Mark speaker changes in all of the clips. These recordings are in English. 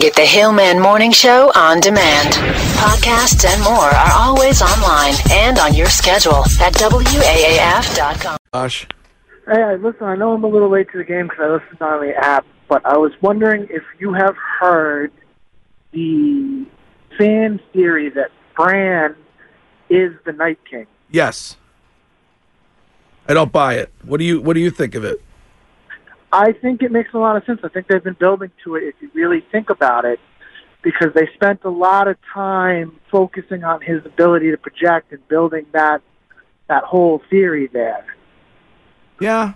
Speaker 1: Get the Hillman Morning Show on demand. Podcasts and more are always online and on your schedule at WAAF.com.
Speaker 2: Gosh.
Speaker 3: Hey, I- listen, I know I'm a little late to the game because I listened on the app, but I was wondering if you have heard the fan theory that Bran is the Night King.
Speaker 2: Yes. I don't buy it. What do you What do you think of it?
Speaker 3: I think it makes a lot of sense. I think they've been building to it if you really think about it because they spent a lot of time focusing on his ability to project and building that that whole theory there.
Speaker 2: Yeah.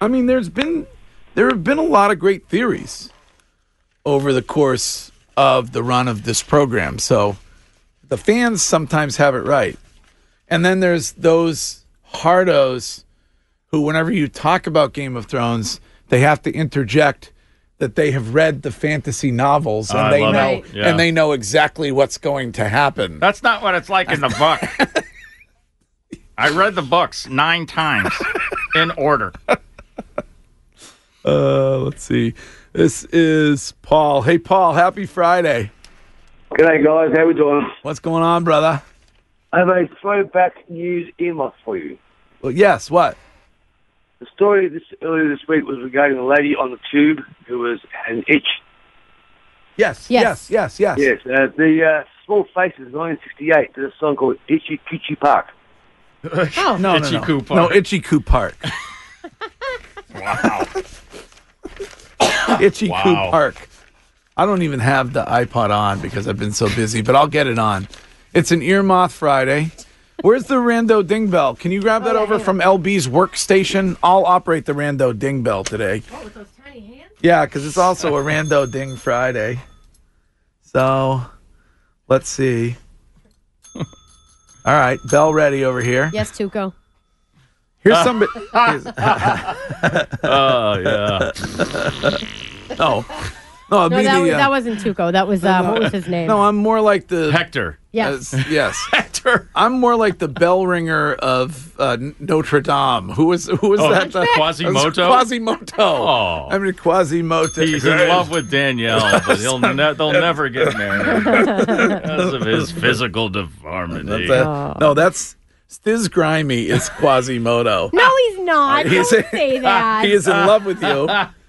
Speaker 2: I mean, there's been there have been a lot of great theories over the course of the run of this program. So the fans sometimes have it right. And then there's those hardos who whenever you talk about Game of Thrones, they have to interject that they have read the fantasy novels and
Speaker 4: Ah, I
Speaker 2: they
Speaker 4: love it.
Speaker 2: know
Speaker 4: Right. Yeah. Ah.
Speaker 2: and they know exactly what's going to happen.
Speaker 4: That's not what it's like in the book. I read the books nine times in order.
Speaker 2: Uh, let's see. This is Paul. Hey, Paul. Happy Friday.
Speaker 5: G'day guys, how we doing?
Speaker 2: What's going on, brother?
Speaker 5: I have a throwback news earmuff for you.
Speaker 2: Well, yes. What?
Speaker 5: The story this earlier this week was regarding a lady on the tube who was had an itch.
Speaker 2: Yes. Yes.
Speaker 6: Yes.
Speaker 2: Yes. Yes.
Speaker 5: Yes, uh, the uh, Small Faces, 1968, did a song called Itchy Coochie Park.
Speaker 2: Oh, no,
Speaker 4: Itchy
Speaker 2: no, no.
Speaker 4: Coo
Speaker 2: No,
Speaker 4: Park.
Speaker 2: Itchy Coo Park.
Speaker 4: Wow.
Speaker 2: Itchy Coo
Speaker 4: Wow.
Speaker 2: Park. I don't even have the iPod on because I've been so busy, but I'll get it on. It's an ear moth Friday. Where's the Rando Ding Bell? Can you grab that over from LB's workstation? I'll operate the Rando Ding Bell today.
Speaker 6: With those tiny hands?
Speaker 2: Yeah, because it's also a Rando Ding Friday. So let's see. All right, bell ready over here.
Speaker 6: Yes, Tuco.
Speaker 2: Here's somebody. here's-
Speaker 4: Oh, yeah.
Speaker 2: no, no, it'd
Speaker 6: No,
Speaker 2: be
Speaker 6: that,
Speaker 2: the,
Speaker 6: was,
Speaker 2: uh,
Speaker 6: that wasn't Tuco. That was, uh, what was his name?
Speaker 2: no. I'm more like the.
Speaker 4: Hector.
Speaker 6: yes.
Speaker 2: uh, yes,
Speaker 4: Hector.
Speaker 2: I'm more like the bell ringer of uh, N- Notre Dame. Who was who was
Speaker 4: Oh,
Speaker 2: that? Uh,
Speaker 4: Quasimodo?
Speaker 2: Quasimodo.
Speaker 4: Oh.
Speaker 2: I mean Quasimodo.
Speaker 4: He's in love with Danielle, but he'll ne- they'll never get married because of his physical deformity.
Speaker 2: That's a- No, that's Stiz Grimy is Quasimodo.
Speaker 6: no, he's not.
Speaker 2: uh, He's-
Speaker 6: Don't say that.
Speaker 2: he is in love with you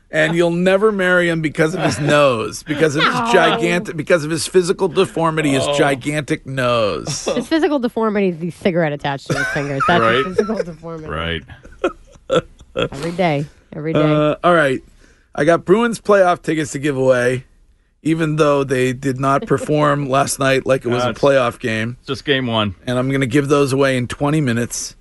Speaker 2: and you'll never marry him because of his nose because of his gigantic because of his physical deformity his gigantic nose
Speaker 6: His physical deformity is the cigarette attached to his fingers. That's
Speaker 4: Right.
Speaker 6: his physical deformity.
Speaker 4: Right.
Speaker 6: Every day. Every day.
Speaker 2: uh, all right i got bruins playoff tickets to give away even though they did not perform last night like it was a
Speaker 4: That's-
Speaker 2: playoff game
Speaker 4: Just game one.
Speaker 2: and I'm going to give those away in 20 minutes.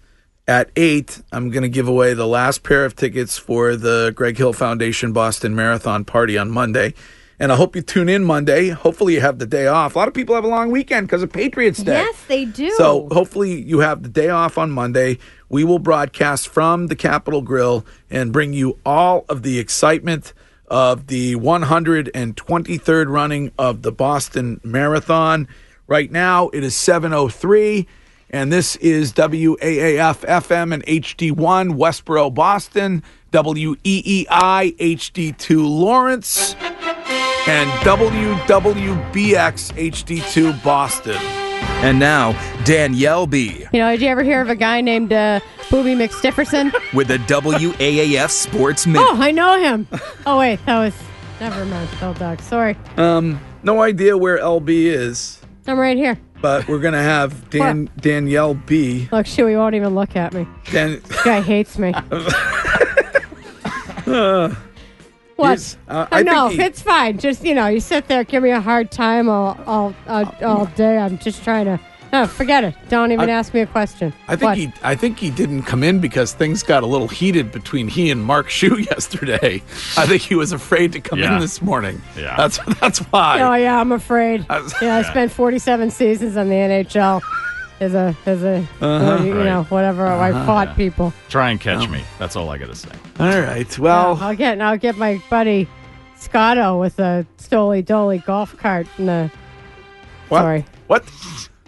Speaker 2: At 8, I'm going to give away the last pair of tickets for the Greg Hill Foundation Boston Marathon party on Monday. And I hope you tune in Monday. Hopefully, you have the day off. A lot of people have a long weekend because of Patriots Day.
Speaker 6: yes, they do.
Speaker 2: So hopefully you have the day off on Monday. We will broadcast from the Capitol Grill and bring you all of the excitement of the 123rd running of the Boston Marathon. Right now it is 7:03 and this is WAAF FM and HD1 Westboro Boston, E WEEI HD2 Lawrence and WWBX HD2 Boston.
Speaker 7: And now, Danielle B
Speaker 6: you know, did you ever hear of a guy named uh, Booby McStifferson?
Speaker 7: with the WAAF Sports Minute.
Speaker 6: oh, I know him. Oh, wait. That was. Never mind. Oh, Doc. Sorry.
Speaker 2: No idea where LB is,
Speaker 6: I'm right here.
Speaker 2: but we're gonna have Dan Danielle B.
Speaker 6: Look, Shuey won't even look at me.
Speaker 2: Dan,
Speaker 6: This guy hates me. what?
Speaker 2: he's- uh,
Speaker 6: I know
Speaker 2: think he-
Speaker 6: it's fine. Just you know, you sit there, give me a hard time all all uh, all day. I'm just trying to. No, forget it. Don't even
Speaker 2: I-
Speaker 6: ask me a question.
Speaker 2: I think
Speaker 6: What?
Speaker 2: he I think he didn't come in because things got a little heated between he and Mark Shue yesterday. I think he was afraid to come
Speaker 4: Yeah.
Speaker 2: in this morning.
Speaker 4: Yeah.
Speaker 2: That's that's why.
Speaker 6: Oh yeah, I'm afraid.
Speaker 2: I was-
Speaker 6: yeah, I spent 47 seasons on the NHL. As a, as a,
Speaker 2: Uh-huh.
Speaker 6: you know,
Speaker 4: Right.
Speaker 6: whatever. I fought people.
Speaker 4: Try and
Speaker 2: Oh.
Speaker 4: catch me. That's all I got to say.
Speaker 2: All right. Well,
Speaker 6: I'll get, I'll get my buddy Scotto with a Stoli Dolly golf cart and a.
Speaker 2: what?
Speaker 6: Sorry.
Speaker 2: What?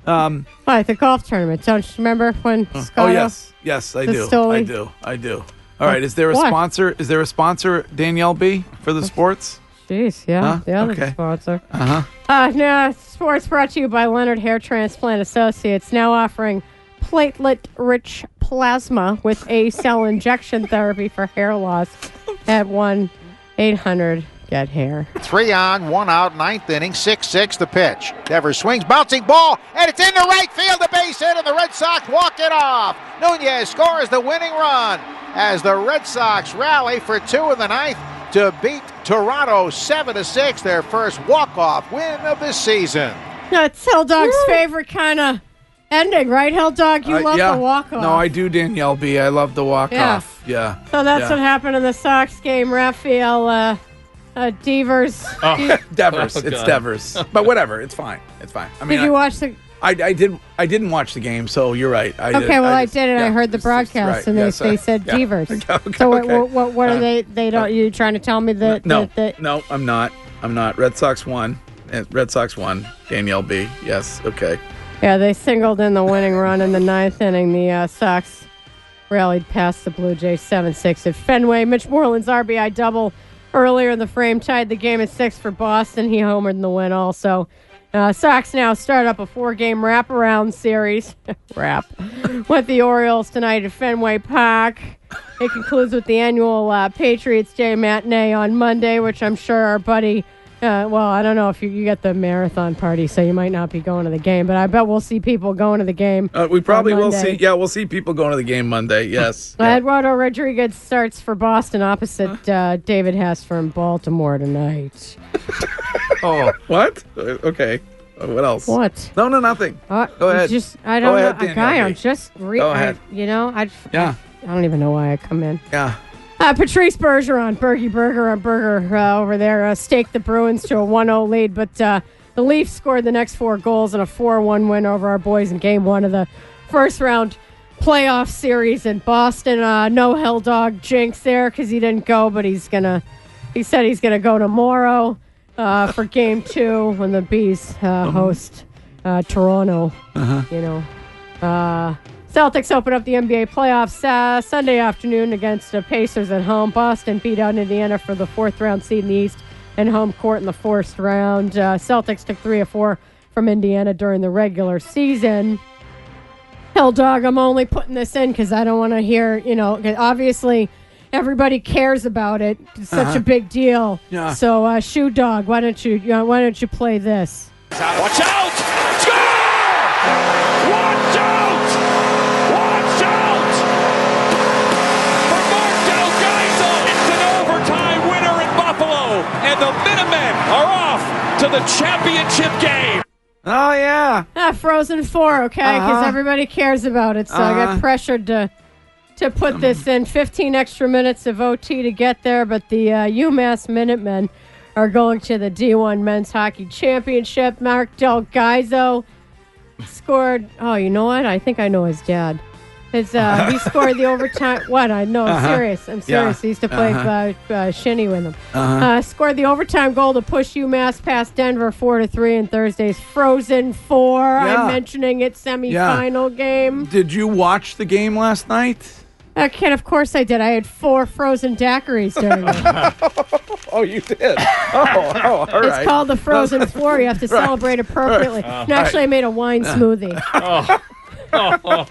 Speaker 2: Um,
Speaker 6: Why the golf tournament? Don't you remember when Scotto?
Speaker 2: oh yes, yes, I
Speaker 6: The
Speaker 2: do. I
Speaker 6: Stoli.
Speaker 2: do. I do. All right. Is there a
Speaker 6: What?
Speaker 2: sponsor? Is there a sponsor, Danielle B, for the sports?
Speaker 6: Jeez, yeah,
Speaker 2: Huh?
Speaker 6: the other
Speaker 2: Okay.
Speaker 6: sponsor. Uh-huh. Uh No, sports brought to you by Leonard Hair Transplant Associates, now offering platelet-rich plasma with a cell injection therapy for hair loss at one eight hundred get hair.
Speaker 8: Three on, one out, ninth inning, 6 6 the pitch. Devers swings, bouncing ball, and it's in the right field, the base hit, and the Red Sox walk it off. Nunez scores the winning run as the Red Sox rally for two in the ninth to beat Toronto 7 to 6, their first walk off win of the season.
Speaker 6: No, it's Hell Dog's favorite kind of ending, right? Hell Dog, you
Speaker 2: Uh,
Speaker 6: love
Speaker 2: yeah.
Speaker 6: the walk off.
Speaker 2: No, I do, Danielle B. I love the walk off. Yeah.
Speaker 6: So that's
Speaker 2: yeah.
Speaker 6: what happened in the Sox game. Raphael uh, uh, Devers. Did,
Speaker 2: Devers.
Speaker 4: Oh,
Speaker 2: it's
Speaker 4: God.
Speaker 2: Devers. But whatever. It's fine. It's fine. I mean,
Speaker 6: you
Speaker 2: I-
Speaker 6: watch the?
Speaker 2: I, I did I didn't watch the game, so you're right. I
Speaker 6: Okay, well, I,
Speaker 2: just-
Speaker 6: did, and I
Speaker 2: yeah,
Speaker 6: heard the
Speaker 2: just- just-
Speaker 6: broadcast,
Speaker 2: right,
Speaker 6: and they,
Speaker 2: yes,
Speaker 6: they
Speaker 2: I-
Speaker 6: said
Speaker 2: yeah.
Speaker 6: Devers.
Speaker 2: Okay, okay,
Speaker 6: so what,
Speaker 2: okay.
Speaker 6: what, what, what are they? They don't. You trying to tell me that?
Speaker 2: no,
Speaker 6: that, that
Speaker 2: no, I'm not. I'm not. Red Sox won. Eh, Red Sox won. Danielle B. Yes. Okay.
Speaker 6: Yeah, they singled in the winning run in the ninth inning. The uh, Sox rallied past the Blue Jays 7 6 at Fenway. Mitch Moreland's RBI double earlier in the frame tied the game at six for Boston. He homered in the win also. Uh, Sox now start up a four game wraparound series wrap with the Orioles tonight at Fenway Park. It concludes with the annual uh, Patriots Day matinee on Monday, which I'm sure our buddy. Uh, well, I don't know if you, you get the marathon party, so you might not be going to the game, but I bet we'll see people going to the game.
Speaker 2: Uh, we probably
Speaker 6: on
Speaker 2: will
Speaker 6: Monday.
Speaker 2: see. Yeah, we'll see people going to the game Monday. Yes.
Speaker 6: Uh,
Speaker 2: Yeah.
Speaker 6: Eduardo Rodriguez starts for Boston opposite uh, David Hess from Baltimore tonight.
Speaker 2: Oh, what? Uh, Okay. Uh, What else?
Speaker 6: What?
Speaker 2: No, no, nothing.
Speaker 6: Uh,
Speaker 2: Go ahead.
Speaker 6: Just I don't know,
Speaker 2: Go ahead,
Speaker 6: a
Speaker 2: Danielle
Speaker 6: guy.
Speaker 2: B.
Speaker 6: I'm just re-
Speaker 2: Go
Speaker 6: I-
Speaker 2: ahead.
Speaker 6: you know, I,
Speaker 2: Yeah.
Speaker 6: I don't even know why I come in.
Speaker 2: Yeah.
Speaker 6: Uh, Patrice Bergeron, Bergie Burger on Burger uh, over there, uh, staked the Bruins to a 1 0 lead, but uh, the Leafs scored the next four goals in a 4 1 win over our boys in game one of the first round playoff series in Boston. Uh, no Hell Dog jinx there because he didn't go, but he's going to, he said he's going to go tomorrow uh, for game two when the Bees uh, host uh, Toronto. You know, uh, Celtics open up the NBA playoffs uh, Sunday afternoon against the Pacers at home. Boston beat out Indiana for the fourth round seed in the East and home court in the first round. Uh, Celtics took three or four from Indiana during the regular season. Hell, dog, I'm only putting this in because I don't want to hear, you know, 'cause obviously everybody cares about it. It's such a big deal.
Speaker 2: Yeah.
Speaker 6: So, uh, Shoe Dog, why don't you, you know, why don't you play this?
Speaker 9: Watch out! Score! Watch out! Watch out! For Mark Delgado, it's an overtime winner in Buffalo, and the Minutemen are off to the championship game.
Speaker 2: Oh yeah.
Speaker 6: Ah, Frozen Four, okay, because everybody cares about it. So I got pressured to to put this in. 15 extra minutes of OT to get there, but the uh, UMass Minutemen are going to the D1 Men's Hockey Championship. Mark Del Gaizo scored. Oh, you know what? I think I know his dad. His uh, he scored the overtime. What? I know. I'm serious. I'm
Speaker 2: Uh-huh. Yeah. Uh-huh.
Speaker 6: serious. He used to play uh uh, shinny with him. Uh, scored the overtime goal to push UMass past Denver four to three in Thursday's Frozen Four.
Speaker 2: Yeah.
Speaker 6: I'm mentioning it semifinal game.
Speaker 2: Did you watch the game last night?
Speaker 6: I can, of course, I did. I had four frozen daiquiris during it.
Speaker 2: Oh, you did. Oh, oh, all right.
Speaker 6: It's called the Frozen Four. You have to celebrate appropriately. no, actually, I made a wine smoothie.
Speaker 4: Oh.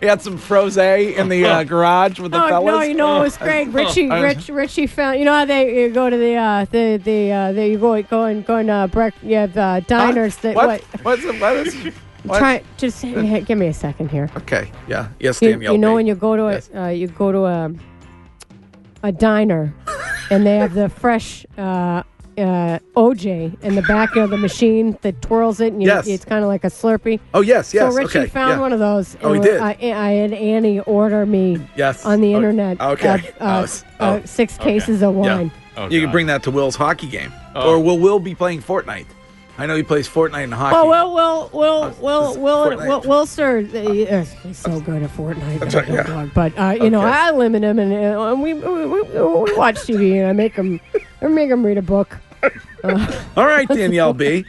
Speaker 2: You had some froze in the uh, garage with the
Speaker 6: Oh
Speaker 2: fellas.
Speaker 6: no! You know it was great. Richie, Rich, Richie found. You know how they you go to the uh, the the uh, the you go going going uh, brec- you have uh,
Speaker 2: Huh?
Speaker 6: diners that
Speaker 2: what?
Speaker 6: what?
Speaker 2: What's it? What is? What?
Speaker 6: Try just hey, give me a second here.
Speaker 2: Okay. Yeah. Yes,
Speaker 6: You,
Speaker 2: Danielle.
Speaker 6: you know
Speaker 2: B.
Speaker 6: when you go to a
Speaker 2: Yes.
Speaker 6: uh, you go to a a diner, and they have the fresh uh, uh, OJ in the back of the machine that twirls it, and you,
Speaker 2: Yes.
Speaker 6: it's kind of like a Slurpee.
Speaker 2: Oh, yes, yes,
Speaker 6: So Richie
Speaker 2: okay,
Speaker 6: found
Speaker 2: yeah.
Speaker 6: one of those.
Speaker 2: Oh, he
Speaker 6: we-
Speaker 2: did?
Speaker 6: I, I had Annie order me
Speaker 2: Yes.
Speaker 6: on the
Speaker 2: Oh,
Speaker 6: internet.
Speaker 2: okay.
Speaker 6: Uh, uh,
Speaker 2: Oh, s- oh,
Speaker 6: uh, six cases of wine.
Speaker 4: Oh,
Speaker 2: you can bring that to Will's hockey game, or will Will be playing Fortnite? I know he plays Fortnite and hockey.
Speaker 6: Oh well, well, well, well, well,
Speaker 2: Fortnite.
Speaker 6: well, well, sir. uh, He's so good at Fortnite.
Speaker 2: That's right,
Speaker 6: that
Speaker 2: yeah.
Speaker 6: dog. But uh, you know,
Speaker 2: Okay.
Speaker 6: I limit him, and, uh, and we, we, we we watch TV, and I make him, I make him read a book. Uh,
Speaker 2: All right, Danielle B.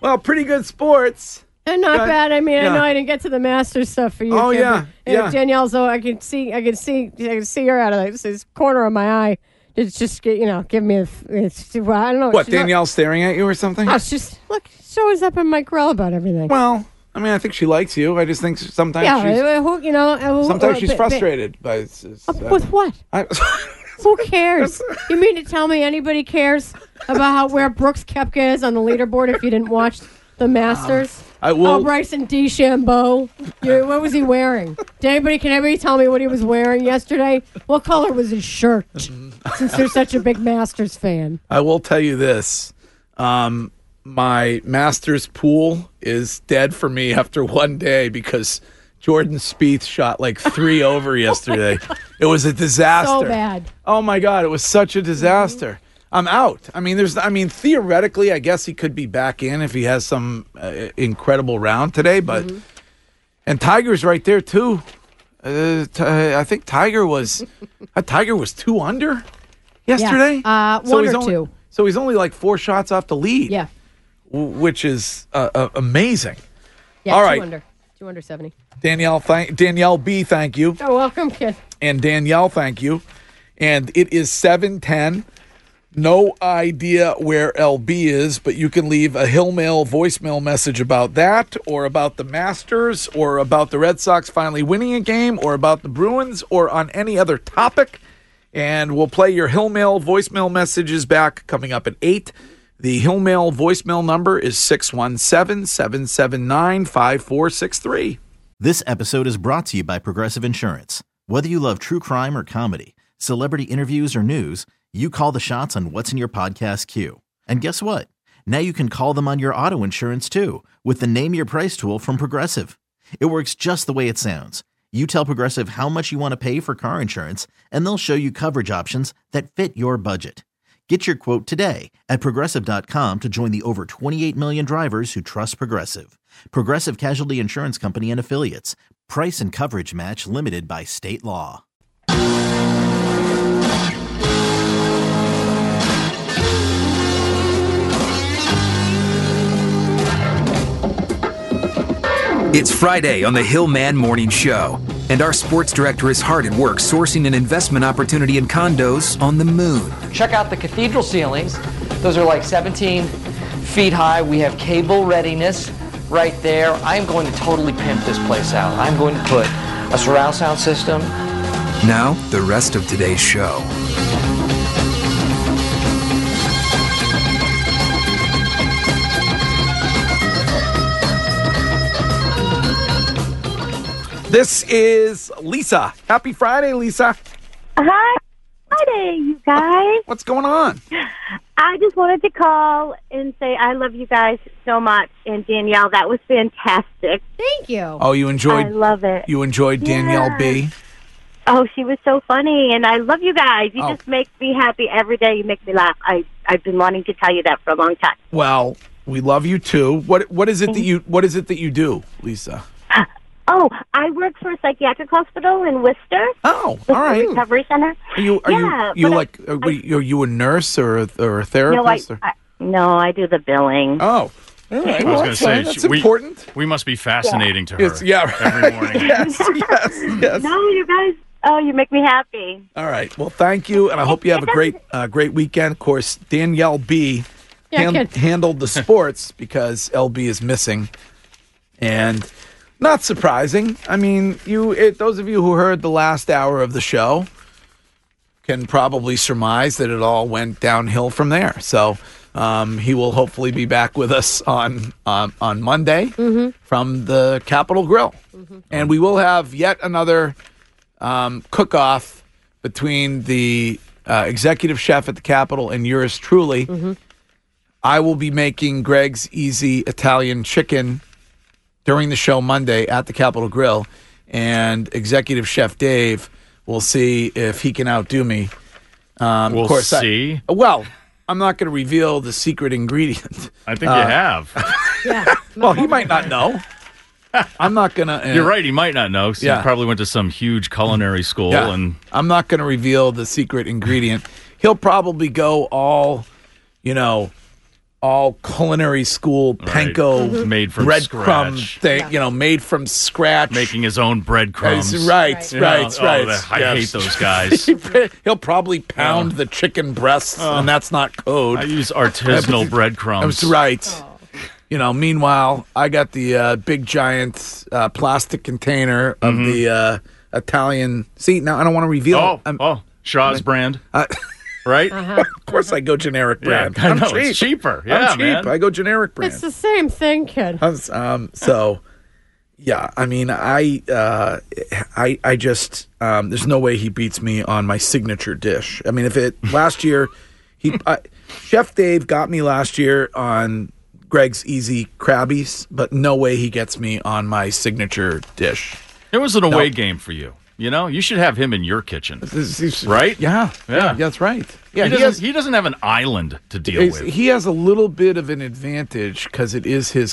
Speaker 2: Well, pretty good sports.
Speaker 6: and Uh, not
Speaker 2: Good.
Speaker 6: bad. I mean,
Speaker 2: Yeah.
Speaker 6: I know I didn't get to the master stuff for you.
Speaker 2: Oh,
Speaker 6: Kim,
Speaker 2: yeah,
Speaker 6: but, you know,
Speaker 2: yeah.
Speaker 6: Danielle's. Oh, I can see, I can see, I can see her out of this, this corner of my eye. It's just, you know, give me. A, it's, well, I don't know.
Speaker 2: What,
Speaker 6: she's not-
Speaker 2: Danielle staring at you or something?
Speaker 6: Oh, it's just look. She always up in my grill about everything.
Speaker 2: Well, I mean, I think she likes you. I just think sometimes
Speaker 6: yeah.
Speaker 2: she's
Speaker 6: uh, who, you know, uh, who-
Speaker 2: sometimes
Speaker 6: uh,
Speaker 2: she's
Speaker 6: but- but-
Speaker 2: frustrated by. s- s- uh,
Speaker 6: With what?
Speaker 2: I,
Speaker 6: Who cares? You mean to tell me anybody cares about how where Brooks Kepka is on the leaderboard if you didn't watch the
Speaker 2: Um,
Speaker 6: Masters?
Speaker 2: I will-
Speaker 6: Oh, Bryson DeChambeau. You, what was he wearing? Did anybody can anybody tell me what he was wearing yesterday? What color was his shirt? Since they're such a big Masters fan.
Speaker 2: I will tell you this. Um, my master's pool is dead for me after one day because Jordan Spieth shot like three over yesterday. It was a disaster.
Speaker 6: So bad. Mm-hmm.
Speaker 2: Oh my god, it was such a disaster. I'm out. I mean, there's. I mean, theoretically, I guess he could be back in if he has some uh, incredible round today. But
Speaker 6: Mm-hmm.
Speaker 2: and Tiger's right there too. Uh, t- uh, I think Tiger was. uh, Tiger was two under yesterday.
Speaker 6: Yeah. Uh, one
Speaker 2: he's
Speaker 6: or
Speaker 2: only-
Speaker 6: two.
Speaker 2: So he's only like four shots off the lead.
Speaker 6: Yeah.
Speaker 2: w- which is uh, uh, amazing.
Speaker 6: Yeah.
Speaker 2: All
Speaker 6: two
Speaker 2: right.
Speaker 6: under. Two under seventy.
Speaker 2: Danielle, thank Danielle B. Thank you.
Speaker 6: Oh, welcome, kid.
Speaker 2: and Danielle, thank you. And it is 710. No idea where LB is, but you can leave a Hillmail voicemail message about that, or about the Masters, or about the Red Sox finally winning a game, or about the Bruins, or on any other topic. And we'll play your Hillmail voicemail messages back coming up at 8. The Hillmail voicemail number is 617 779 5463.
Speaker 10: This episode is brought to you by Progressive Insurance. Whether you love true crime or comedy, celebrity interviews or news, you call the shots on what's in your podcast queue. And guess what? Now you can call them on your auto insurance too with the Name Your Price tool from Progressive. It works just the way it sounds. You tell Progressive how much you want to pay for car insurance, and they'll show you coverage options that fit your budget. Get your quote today at progressive.com to join the over 28 million drivers who trust Progressive. Progressive Casualty Insurance Company and Affiliates. Price and coverage match limited by state law.
Speaker 7: It's Friday on the Hillman Morning Show, and our sports director is hard at work sourcing an investment opportunity in condos on the moon.
Speaker 11: Check out the cathedral ceilings. Those are like 17 feet high. We have cable readiness right there. I'm going to totally pimp this place out. I'm going to put a surround sound system.
Speaker 7: Now, the rest of today's show.
Speaker 2: This is Lisa. Happy Friday, Lisa.
Speaker 12: Hi, Friday, you guys.
Speaker 2: What's going on?
Speaker 12: I just wanted to call and say I love you guys so much. And Danielle, that was fantastic.
Speaker 6: Thank you.
Speaker 2: Oh, you enjoyed.
Speaker 12: I love it.
Speaker 2: You enjoyed Danielle B.
Speaker 12: Oh, she was so funny, and I love you guys. You
Speaker 2: Oh.
Speaker 12: just make me happy every day. You make me laugh. I I've been wanting to tell you that for a long time.
Speaker 2: Well, we love you too. What What is it that you What is it that you do, Lisa?
Speaker 12: Oh, I work for a psychiatric hospital in Worcester.
Speaker 2: Oh,
Speaker 12: Worcester
Speaker 2: all right.
Speaker 12: Recovery Center.
Speaker 2: Are you Are
Speaker 12: Yeah,
Speaker 2: you you
Speaker 12: but I-
Speaker 2: like are, what are you, are you a nurse or a, or
Speaker 12: No,
Speaker 2: a
Speaker 12: I,
Speaker 2: therapist? or-
Speaker 12: I no, I do the billing.
Speaker 2: Oh, all
Speaker 4: I was going
Speaker 2: right. Well,
Speaker 4: to
Speaker 2: that's
Speaker 4: say
Speaker 2: fine. that's
Speaker 4: she- we,
Speaker 2: important.
Speaker 4: We must be fascinating to her.
Speaker 2: It's- yeah,
Speaker 4: Every morning.
Speaker 12: No, you guys. Oh, you make me happy.
Speaker 2: All right. Well, thank you, and I hope you have a great uh, great weekend. Of course, Danielle B.
Speaker 12: Yeah, kid.
Speaker 2: handled the sports because LB is missing, and not surprising. I mean, you it, those of you who heard the last hour of the show can probably surmise that it all went downhill from there. So. Um, he will hopefully be back with us on um, on Monday from the Capitol Grill, and we will have yet another um, cook off between the uh, executive chef at the Capitol and yours truly. I will be making Greg's Easy Italian Chicken during the show Monday at the Capitol Grill, and Executive Chef Dave will see if he can outdo me. Um,
Speaker 4: We'll
Speaker 2: of course, I-
Speaker 4: see.
Speaker 2: well, I'm not going to reveal the secret ingredient.
Speaker 4: I think you have.
Speaker 2: well, he might not know. I'm not uh, going to.
Speaker 4: You're right. He might not know. 'cause
Speaker 2: Yeah.
Speaker 4: He probably went to some huge culinary school
Speaker 2: Yeah.
Speaker 4: and
Speaker 2: I'm not going to reveal the secret ingredient. He'll probably go all, you know, all culinary school panko
Speaker 4: Mhm. Made from
Speaker 2: breadcrumb
Speaker 4: scratch.
Speaker 2: thing, you know, made from scratch.
Speaker 4: making his own breadcrumbs.
Speaker 2: Yes, right,
Speaker 4: You
Speaker 2: right,
Speaker 4: know, oh,
Speaker 2: right.
Speaker 4: that- I
Speaker 2: Yes.
Speaker 4: hate those guys.
Speaker 2: He'll probably pound the chicken breasts, and that's not code.
Speaker 4: Oh. I use artisanal breadcrumbs.
Speaker 2: That's right. You know, meanwhile, I got the uh, big giant uh, plastic container of the uh, Italian. See, now I don't want to reveal.
Speaker 4: Mm-hmm. Oh,
Speaker 2: oh,
Speaker 4: Shaw's brand. right?
Speaker 2: of course, I go generic
Speaker 4: Yeah,
Speaker 2: brand.
Speaker 4: I
Speaker 2: I'm
Speaker 4: know,
Speaker 2: cheap.
Speaker 4: it's cheaper.
Speaker 2: I'm
Speaker 4: Yeah,
Speaker 2: cheap.
Speaker 4: man.
Speaker 2: I go generic brand.
Speaker 6: It's the same thing, kid.
Speaker 2: Um, Um, so, yeah, I mean, I, uh, I, I just, um, there's no way he beats me on my signature dish. I mean, if it last year, he, I, Chef Dave got me last year on Greg's Easy Crabbies, but no way he gets me on my signature dish.
Speaker 4: It was an
Speaker 2: No.
Speaker 4: away game for you. You know, you should have him in your kitchen.
Speaker 2: is-
Speaker 4: right?
Speaker 2: Yeah.
Speaker 4: Yeah.
Speaker 2: That's right. Yeah,
Speaker 4: he,
Speaker 2: he
Speaker 4: doesn't,
Speaker 2: has-
Speaker 4: he doesn't have an island to deal
Speaker 2: He's-
Speaker 4: with.
Speaker 2: He has a little bit of an advantage because it is his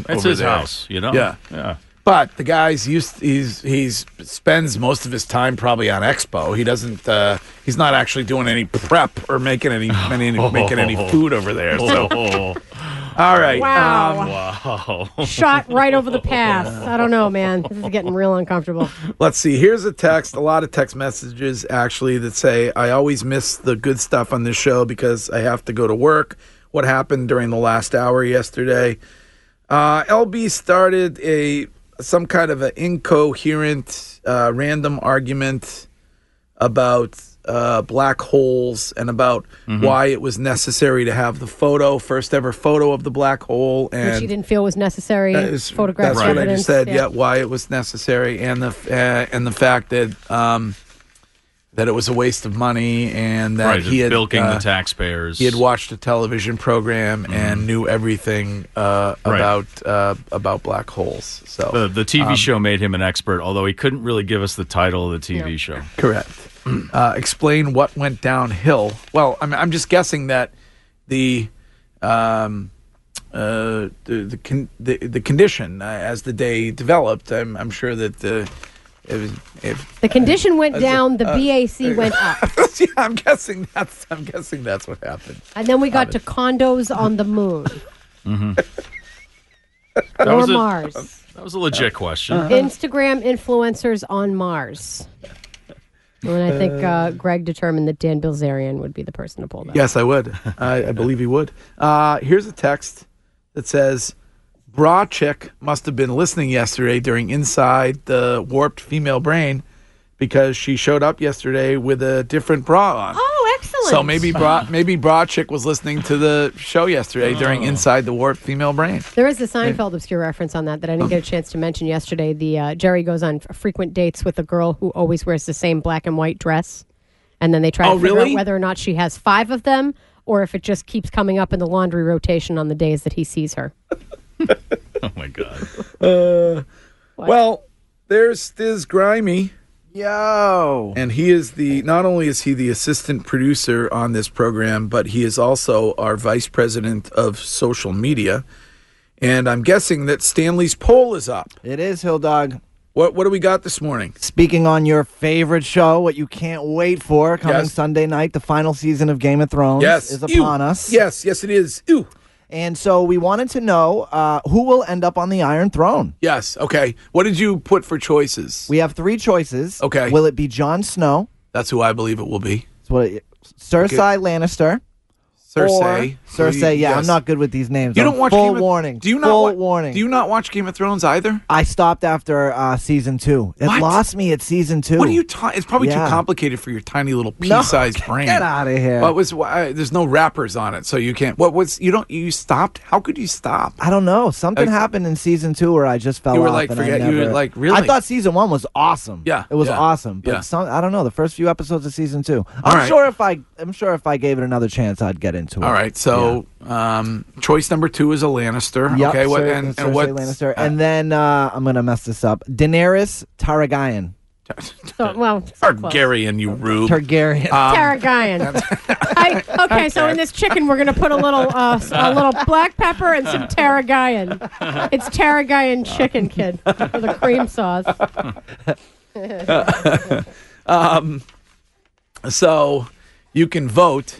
Speaker 4: Mhm. It's
Speaker 2: over
Speaker 4: his
Speaker 2: there.
Speaker 4: house, you know?
Speaker 2: Yeah,
Speaker 4: Yeah.
Speaker 2: But the guy's used. He's he's spends most of his time probably on expo. He doesn't. Uh, he's not actually doing any prep or making any, any making any food over there. So,
Speaker 4: Oh.
Speaker 2: all right.
Speaker 6: Wow.
Speaker 2: um,
Speaker 6: Shot right over the pass. I don't know, man. This is getting real uncomfortable.
Speaker 2: Let's see. Here's a text. A lot of text messages actually that say, I always miss the good stuff on this show because I have to go to work. What happened during the last hour yesterday? Uh, LB started a some kind of an incoherent, uh, random argument about uh, black holes and about why it was necessary to have the photo, first ever photo of the black hole, and
Speaker 6: Which you didn't feel was necessary.
Speaker 2: that is-
Speaker 6: Photographic
Speaker 2: That's
Speaker 6: evidence.
Speaker 2: what I just said. Yeah. why it was necessary, and the f- uh, and the fact that um, that it was a waste of money, and that
Speaker 4: right,
Speaker 2: he had
Speaker 4: bilking
Speaker 2: uh,
Speaker 4: the taxpayers.
Speaker 2: he had watched a television program and knew everything uh,
Speaker 4: Mm-hmm. Right.
Speaker 2: about uh, about black holes. So
Speaker 4: the, the TV
Speaker 2: um,
Speaker 4: show made him an expert, although he couldn't really give us the title of the TV show.
Speaker 2: Correct. Uh, explain what went downhill. Well, I'm, I'm just guessing that the um, uh, the the, con- the the condition uh, as the day developed. I'm I'm sure that the it was, if,
Speaker 6: The condition went
Speaker 2: As a-
Speaker 6: down, the
Speaker 2: uh,
Speaker 6: BAC went up.
Speaker 2: yeah, I'm guessing that's I'm guessing that's what happened.
Speaker 6: And then we got to condos on the moon
Speaker 4: Mm-hmm. That
Speaker 6: or
Speaker 4: was a-
Speaker 6: Mars.
Speaker 4: That was a legit question.
Speaker 6: Instagram influencers on Mars. And I think uh, Greg determined that Dan Bilzerian would be the person to pull that.
Speaker 2: Yes, I would. I, I believe he would. Uh, here's a text that says, "Bra chick must have been listening yesterday during Inside the Warped Female Brain because she showed up yesterday with a different bra on."
Speaker 6: Oh, excellent.
Speaker 2: So maybe bra maybe bra chick was listening to the show yesterday during Inside the Warped Female Brain.
Speaker 6: There is a Seinfeld obscure reference on that that I didn't get a chance to mention yesterday. The uh, Jerry goes on f- frequent dates with a girl who always wears the same black and white dress, and then they try
Speaker 2: Oh,
Speaker 6: to figure
Speaker 2: really?
Speaker 6: out whether or not she has five of them or if it just keeps coming up in the laundry rotation on the days that he sees her.
Speaker 4: Oh my god.
Speaker 2: Uh, well, there's Stiz Grimy. Yo. And he is the not only is he the assistant producer on this program, but he is also our vice president of social media. And I'm guessing that Stanley's poll is up.
Speaker 13: It is Hilldog.
Speaker 2: What what do we got this morning?
Speaker 13: Speaking on your favorite show, what you can't wait for coming
Speaker 2: Yes.
Speaker 13: Sunday night, the final season of Game of Thrones
Speaker 2: yes,
Speaker 13: is
Speaker 2: Ew.
Speaker 13: upon us.
Speaker 2: Yes, yes, it is. Ew.
Speaker 13: And so we wanted to know uh, who will end up on the Iron Throne.
Speaker 2: Yes. Okay. What did you put for choices?
Speaker 13: We have three choices.
Speaker 2: Okay.
Speaker 13: Will it be Jon Snow?
Speaker 2: That's who I believe it will be.
Speaker 13: That's what it- Cersei Lannister. Or
Speaker 2: Cersei.
Speaker 13: Cersei, yeah, I'm
Speaker 2: Yes.
Speaker 13: not good with these names.
Speaker 2: You
Speaker 13: I'm
Speaker 2: don't watch
Speaker 13: full
Speaker 2: Game of
Speaker 13: warning.
Speaker 2: Do you not
Speaker 13: Full
Speaker 2: wa-
Speaker 13: warning.
Speaker 2: Do you not watch Game of Thrones either?
Speaker 13: I stopped after uh, season two. It
Speaker 2: What?
Speaker 13: lost me at season two.
Speaker 2: What are you talking? It's probably
Speaker 13: Yeah.
Speaker 2: too complicated for your tiny little
Speaker 13: No,
Speaker 2: pea-sized
Speaker 13: get
Speaker 2: brain.
Speaker 13: outta here.
Speaker 2: What was? Why, there's no wrappers on it, so you can't. What was? You don't. You stopped. How could you stop?
Speaker 13: I don't know. Something
Speaker 2: Like-
Speaker 13: happened in season two where I just fell
Speaker 2: You were
Speaker 13: off
Speaker 2: like,
Speaker 13: and I
Speaker 2: forget- you were
Speaker 13: never-
Speaker 2: like, really?
Speaker 13: I thought season one was awesome.
Speaker 2: Yeah,
Speaker 13: it was
Speaker 2: yeah,
Speaker 13: awesome. But
Speaker 2: yeah.
Speaker 13: some, I don't know. The first few episodes of season two, I'm
Speaker 2: right.
Speaker 13: sure if I, I'm sure if I gave it another chance, I'd get into it.
Speaker 2: All right, so um, choice number two is a Lannister.
Speaker 13: Yep,
Speaker 2: okay, what
Speaker 13: Cer-
Speaker 2: and,
Speaker 13: Cersei
Speaker 2: and what?
Speaker 13: Lannister, and then uh, I'm gonna mess this up. Daenerys Targaryen.
Speaker 6: So, well, so close.
Speaker 2: Targaryen, you rube.
Speaker 13: Targaryen.
Speaker 2: Um,
Speaker 6: Targaryen. I, okay, so in this chicken, we're going to put a little uh, s- a little black pepper and some tarragon. It's tarragon
Speaker 2: Uh.
Speaker 6: chicken, kid, for the cream sauce.
Speaker 2: um, so you can vote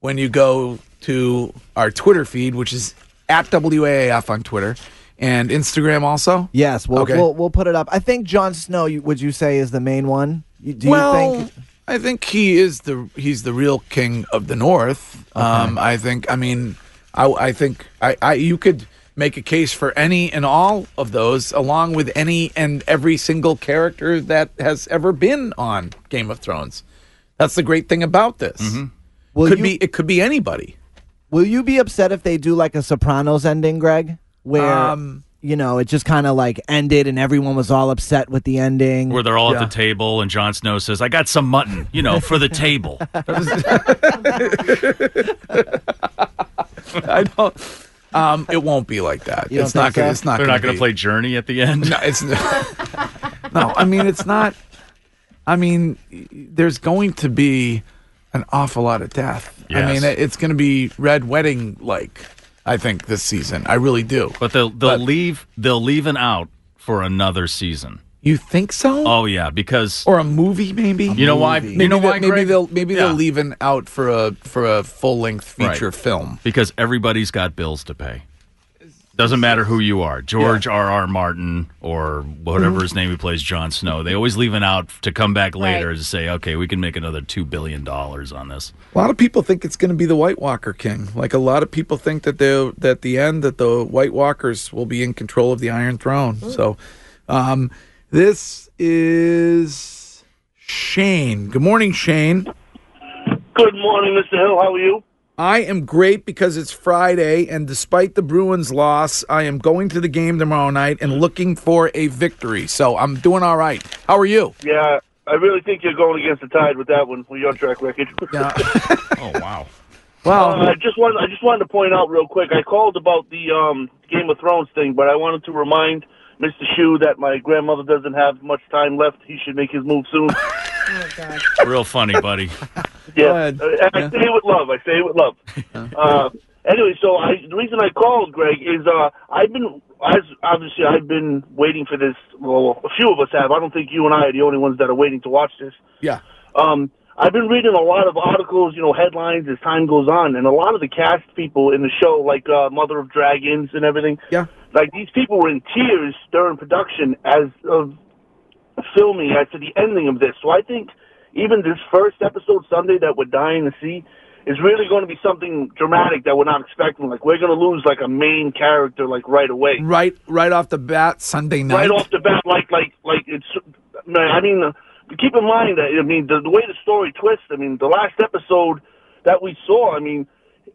Speaker 2: when you go to our Twitter feed, which is at WAAF on Twitter and Instagram also.
Speaker 13: Yes, we'll, we'll we'll put it up. I think Jon Snow. You, would you say is the main one? You, do
Speaker 2: well,
Speaker 13: you think?
Speaker 2: I think he is the he's the real king of the North. Um, I think. I mean, I, I think I, I you could make a case for any and all of those, along with any and every single character that has ever been on Game of Thrones. That's the great thing about this.
Speaker 13: Mm-hmm.
Speaker 2: could
Speaker 13: you-
Speaker 2: be it could be anybody.
Speaker 13: Will you be upset if they do like a Sopranos ending, Greg? Where
Speaker 2: Um,
Speaker 13: you know it just kind of like ended and everyone was all upset with the ending.
Speaker 4: Where they're all at the table, and Jon Snow says, "I got some mutton, you know, for the table."
Speaker 2: I don't. Um, it won't be like that.
Speaker 4: You don't
Speaker 2: It's not,
Speaker 4: think
Speaker 2: gonna,
Speaker 4: so?
Speaker 2: it's not.
Speaker 4: They're not gonna
Speaker 2: be.
Speaker 4: play Journey at the end.
Speaker 2: No, it's no. I mean, it's not. I mean, there's going to be an awful lot of death. I
Speaker 4: Yes.
Speaker 2: mean, it's going to be red wedding like. I think this season. I really do.
Speaker 4: But they'll they'll leave they'll leave an out for another season.
Speaker 2: You think so?
Speaker 4: Oh yeah, because
Speaker 2: Or a movie, maybe.
Speaker 4: You know why-
Speaker 2: Maybe
Speaker 4: you know
Speaker 2: they'll-
Speaker 4: why,
Speaker 2: Maybe
Speaker 4: Greg?
Speaker 2: they'll maybe
Speaker 4: Yeah.
Speaker 2: they'll leave an out for a for a full length
Speaker 4: Right.
Speaker 2: feature film.
Speaker 4: because everybody's got bills to pay. Doesn't matter who you are, George R. R. Martin or
Speaker 2: Mm-hmm.
Speaker 4: whatever his name he plays, Jon Snow. They always leave an out to come back later to say, okay, we can make another two billion dollars on this.
Speaker 2: A lot of people think it's going to be the White Walker King. Like a lot of people think that they that the end that the White Walkers will be in control of the Iron Throne. So, um, this is Shane. Good morning, Shane.
Speaker 14: Good morning, Mr. Hill. How are you?
Speaker 2: I am great because it's Friday, and despite the Bruins' loss, I am going to the game tomorrow night and looking for a victory. So I'm doing all right. How are you?
Speaker 14: Yeah, I really think you're going against the tide with that one for your track record.
Speaker 4: oh wow.
Speaker 2: Well,
Speaker 14: I just wanted I just wanted to point out real quick. I called about the um, Game of Thrones thing, but I wanted to remind Mr. Shu that my grandmother doesn't have much time left. He should make his move soon.
Speaker 4: Real funny, buddy.
Speaker 14: Yeah, Uh, and I say it with love. I say it with love. Uh, anyway, so I, the reason I called Greg is uh, I've been as obviously I've been waiting for this. Well, a few of us have. I don't think you and I are the only ones that are waiting to watch this.
Speaker 2: Yeah.
Speaker 14: Um, I've been reading a lot of articles, you know, headlines as time goes on, and a lot of the cast people in the show, like uh, Mother of Dragons and everything,
Speaker 2: yeah,
Speaker 14: like these people were in tears during production as of filming as to the ending of this. So I think even this first episode Sunday that we're dying to see is really going to be something dramatic that we're not expecting. Like we're going to lose like a main character like right away,
Speaker 2: right right off the bat Sunday night.
Speaker 14: right off the bat. Like like like it's. man, I mean, uh, keep in mind that I mean the, the way the story twists. I mean the last episode that we saw. I mean,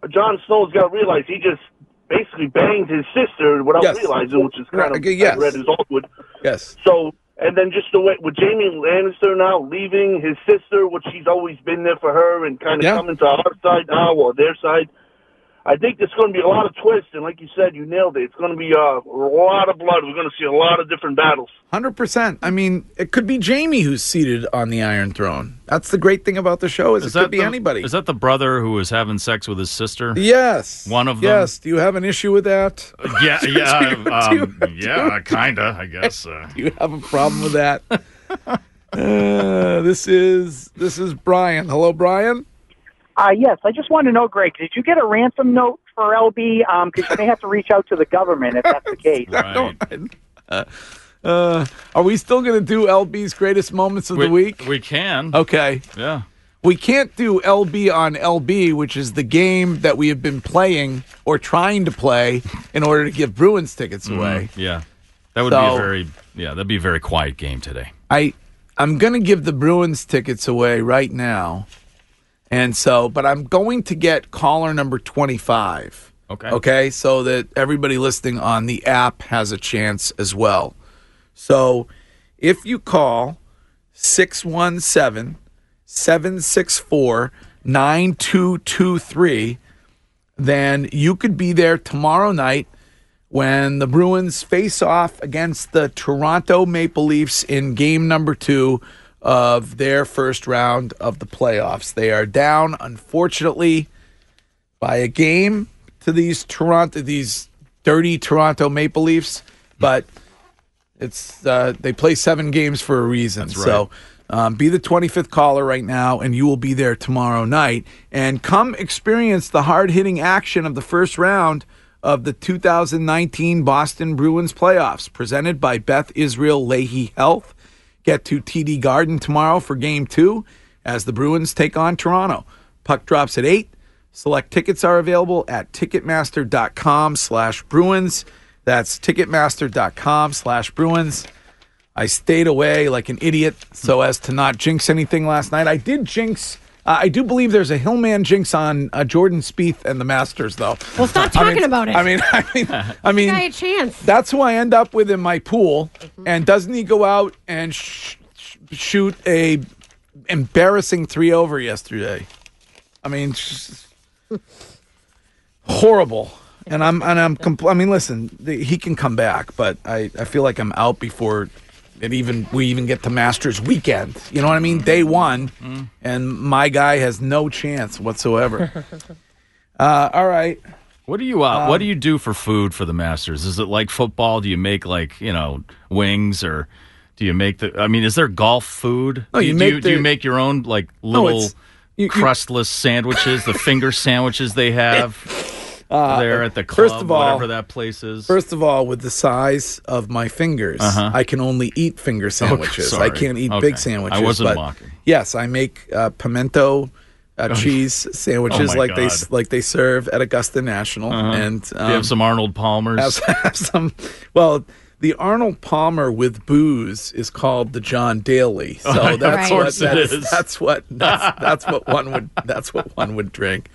Speaker 14: Jon Snow's got to realize he just basically banged his sister without
Speaker 2: Yes.
Speaker 14: realizing, which is kind
Speaker 2: Right,
Speaker 14: of
Speaker 2: okay, yes.
Speaker 14: I read is awkward.
Speaker 2: Yes.
Speaker 14: So, and then just the way with Jamie Lannister now leaving his sister, which he's always been there for her and kind of
Speaker 2: Yeah.
Speaker 14: coming to our side now or their side. I think there's going to be a lot of twists, and like you said, you nailed it. It's going to be uh, a lot of blood. We're going to see a lot of different battles.
Speaker 2: Hundred percent. I mean, it could be Jamie who's seated on the Iron Throne. That's the great thing about the show is, it could be
Speaker 4: the-
Speaker 2: anybody.
Speaker 4: Is that the brother who was having sex with his sister?
Speaker 2: Yes.
Speaker 4: One of them.
Speaker 2: Yes. Do you have an issue with that?
Speaker 4: Yeah,
Speaker 2: Do you-
Speaker 4: yeah,
Speaker 2: do you-
Speaker 4: um, yeah, kinda, I guess. Uh,
Speaker 2: do you have a problem with that? Uh, this is this is Brian. Hello, Brian.
Speaker 15: Uh, yes, I just want to know, Greg, did you get a ransom note for LB? Because you may have to reach out to the government if that's the case.
Speaker 2: Uh, uh, are we still going to do LB's greatest moments of
Speaker 4: we,
Speaker 2: the week?
Speaker 4: we can.
Speaker 2: Okay.
Speaker 4: Yeah.
Speaker 2: We can't do LB on LB, which is the game that we have been playing or trying to play in order to give Bruins tickets away.
Speaker 4: Mhm, Yeah. That would be
Speaker 2: So-
Speaker 4: a very yeah, that'd be a very quiet game today.
Speaker 2: I I'm going to give the Bruins tickets away right now. And so, but I'm going to get caller number 25.
Speaker 4: Okay.
Speaker 2: Okay, so that everybody listening on the app has a chance as well. So, if you call 617 764 9223 then you could be there tomorrow night when the Bruins face off against the Toronto Maple Leafs in game number two of their first round of the playoffs. They are down, unfortunately, by a game to these Toronto, these dirty Toronto Maple Leafs, but it's uh, they play seven games for a reason.
Speaker 4: right.
Speaker 2: So um, be the 25th caller right now, and you will be there tomorrow night. And come experience the hard hitting action of the first round of the 2019 Boston Bruins playoffs, presented by Beth Israel Leahy Health. Get to TD Garden tomorrow for game two as the Bruins take on Toronto. Puck drops at 8. Select tickets are available at ticketmaster.com slash Bruins. That's ticketmaster.com slash Bruins. I stayed away like an idiot so as to not jinx anything last night. I did jinx. Uh, I do believe there's a Hillman jinx on uh, Jordan Spieth and the Masters, though.
Speaker 6: Well, stop
Speaker 2: I mean-
Speaker 6: talking about it.
Speaker 2: I mean, I mean, I mean,
Speaker 6: Give the guy a chance.
Speaker 2: that's who I end up with in my pool. And doesn't he go out and sh- sh- shoot a embarrassing three over yesterday? I mean, just horrible. And I'm and I'm. Compl- I mean, listen, the, he can come back, but I I feel like I'm out before it even we even get to Masters weekend. You know what I mean? Day one, and my guy has no chance whatsoever. uh, all right.
Speaker 4: What do you uh,
Speaker 2: Um,
Speaker 4: What do you do for food for the Masters? Is it like football? Do you make like you know wings or do you make the? I mean, is there golf food?
Speaker 2: No,
Speaker 4: do
Speaker 2: you
Speaker 4: do
Speaker 2: make
Speaker 4: do you
Speaker 2: the-
Speaker 4: make your own like
Speaker 2: No,
Speaker 4: little
Speaker 2: it's- you- you-
Speaker 4: crustless sandwiches, the finger sandwiches they have
Speaker 2: Uh,
Speaker 4: there at the club,
Speaker 2: first of all-
Speaker 4: whatever that place is.
Speaker 2: First of all, with the size of my fingers,
Speaker 4: Uh-huh.
Speaker 2: I can only eat finger sandwiches. I
Speaker 4: sorry.
Speaker 2: can't eat
Speaker 4: Okay.
Speaker 2: big sandwiches.
Speaker 4: I wasn't
Speaker 2: but
Speaker 4: mocking. Oh,
Speaker 2: Yes, I make uh, pimento uh, cheese sandwiches
Speaker 4: my
Speaker 2: like they
Speaker 4: God.
Speaker 2: like they serve at Augusta National,
Speaker 4: Uh-huh.
Speaker 2: and
Speaker 4: Do you have some Arnold Palmers.
Speaker 2: Have, have some. Well, the Arnold Palmer with booze is called the John Daly. So
Speaker 4: Of
Speaker 2: that's what
Speaker 4: course it
Speaker 2: that's,
Speaker 4: is.
Speaker 2: that's what that's, that's what one would that's what one would drink.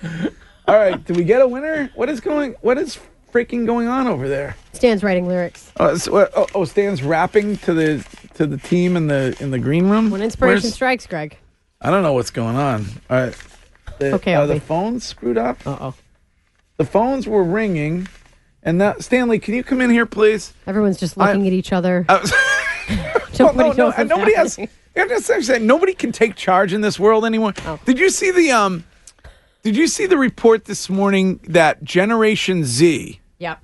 Speaker 2: All right, do we get a winner? What is going? What is freaking going on over there?
Speaker 6: Stan's writing lyrics.
Speaker 2: Oh, so, uh, oh, oh, Stan's rapping to the to the team in the in the green room. When
Speaker 6: Inspiration strikes, Greg.
Speaker 2: I don't know what's going on. All right. The,
Speaker 6: Okay,
Speaker 2: Are
Speaker 6: I'll
Speaker 2: the
Speaker 6: be-
Speaker 2: phones screwed up? Uh oh. The phones were ringing, and that Stanley, can you come in here, please?
Speaker 6: Everyone's just looking at each other.
Speaker 2: I was- Well,
Speaker 6: Nobody
Speaker 2: no,
Speaker 6: knows
Speaker 2: no,
Speaker 6: what's
Speaker 2: and nobody has. I'm just saying, nobody can take charge in this world anymore.
Speaker 6: Oh.
Speaker 2: Did you see the um? Did you see the report this morning that Generation Z
Speaker 6: Yep.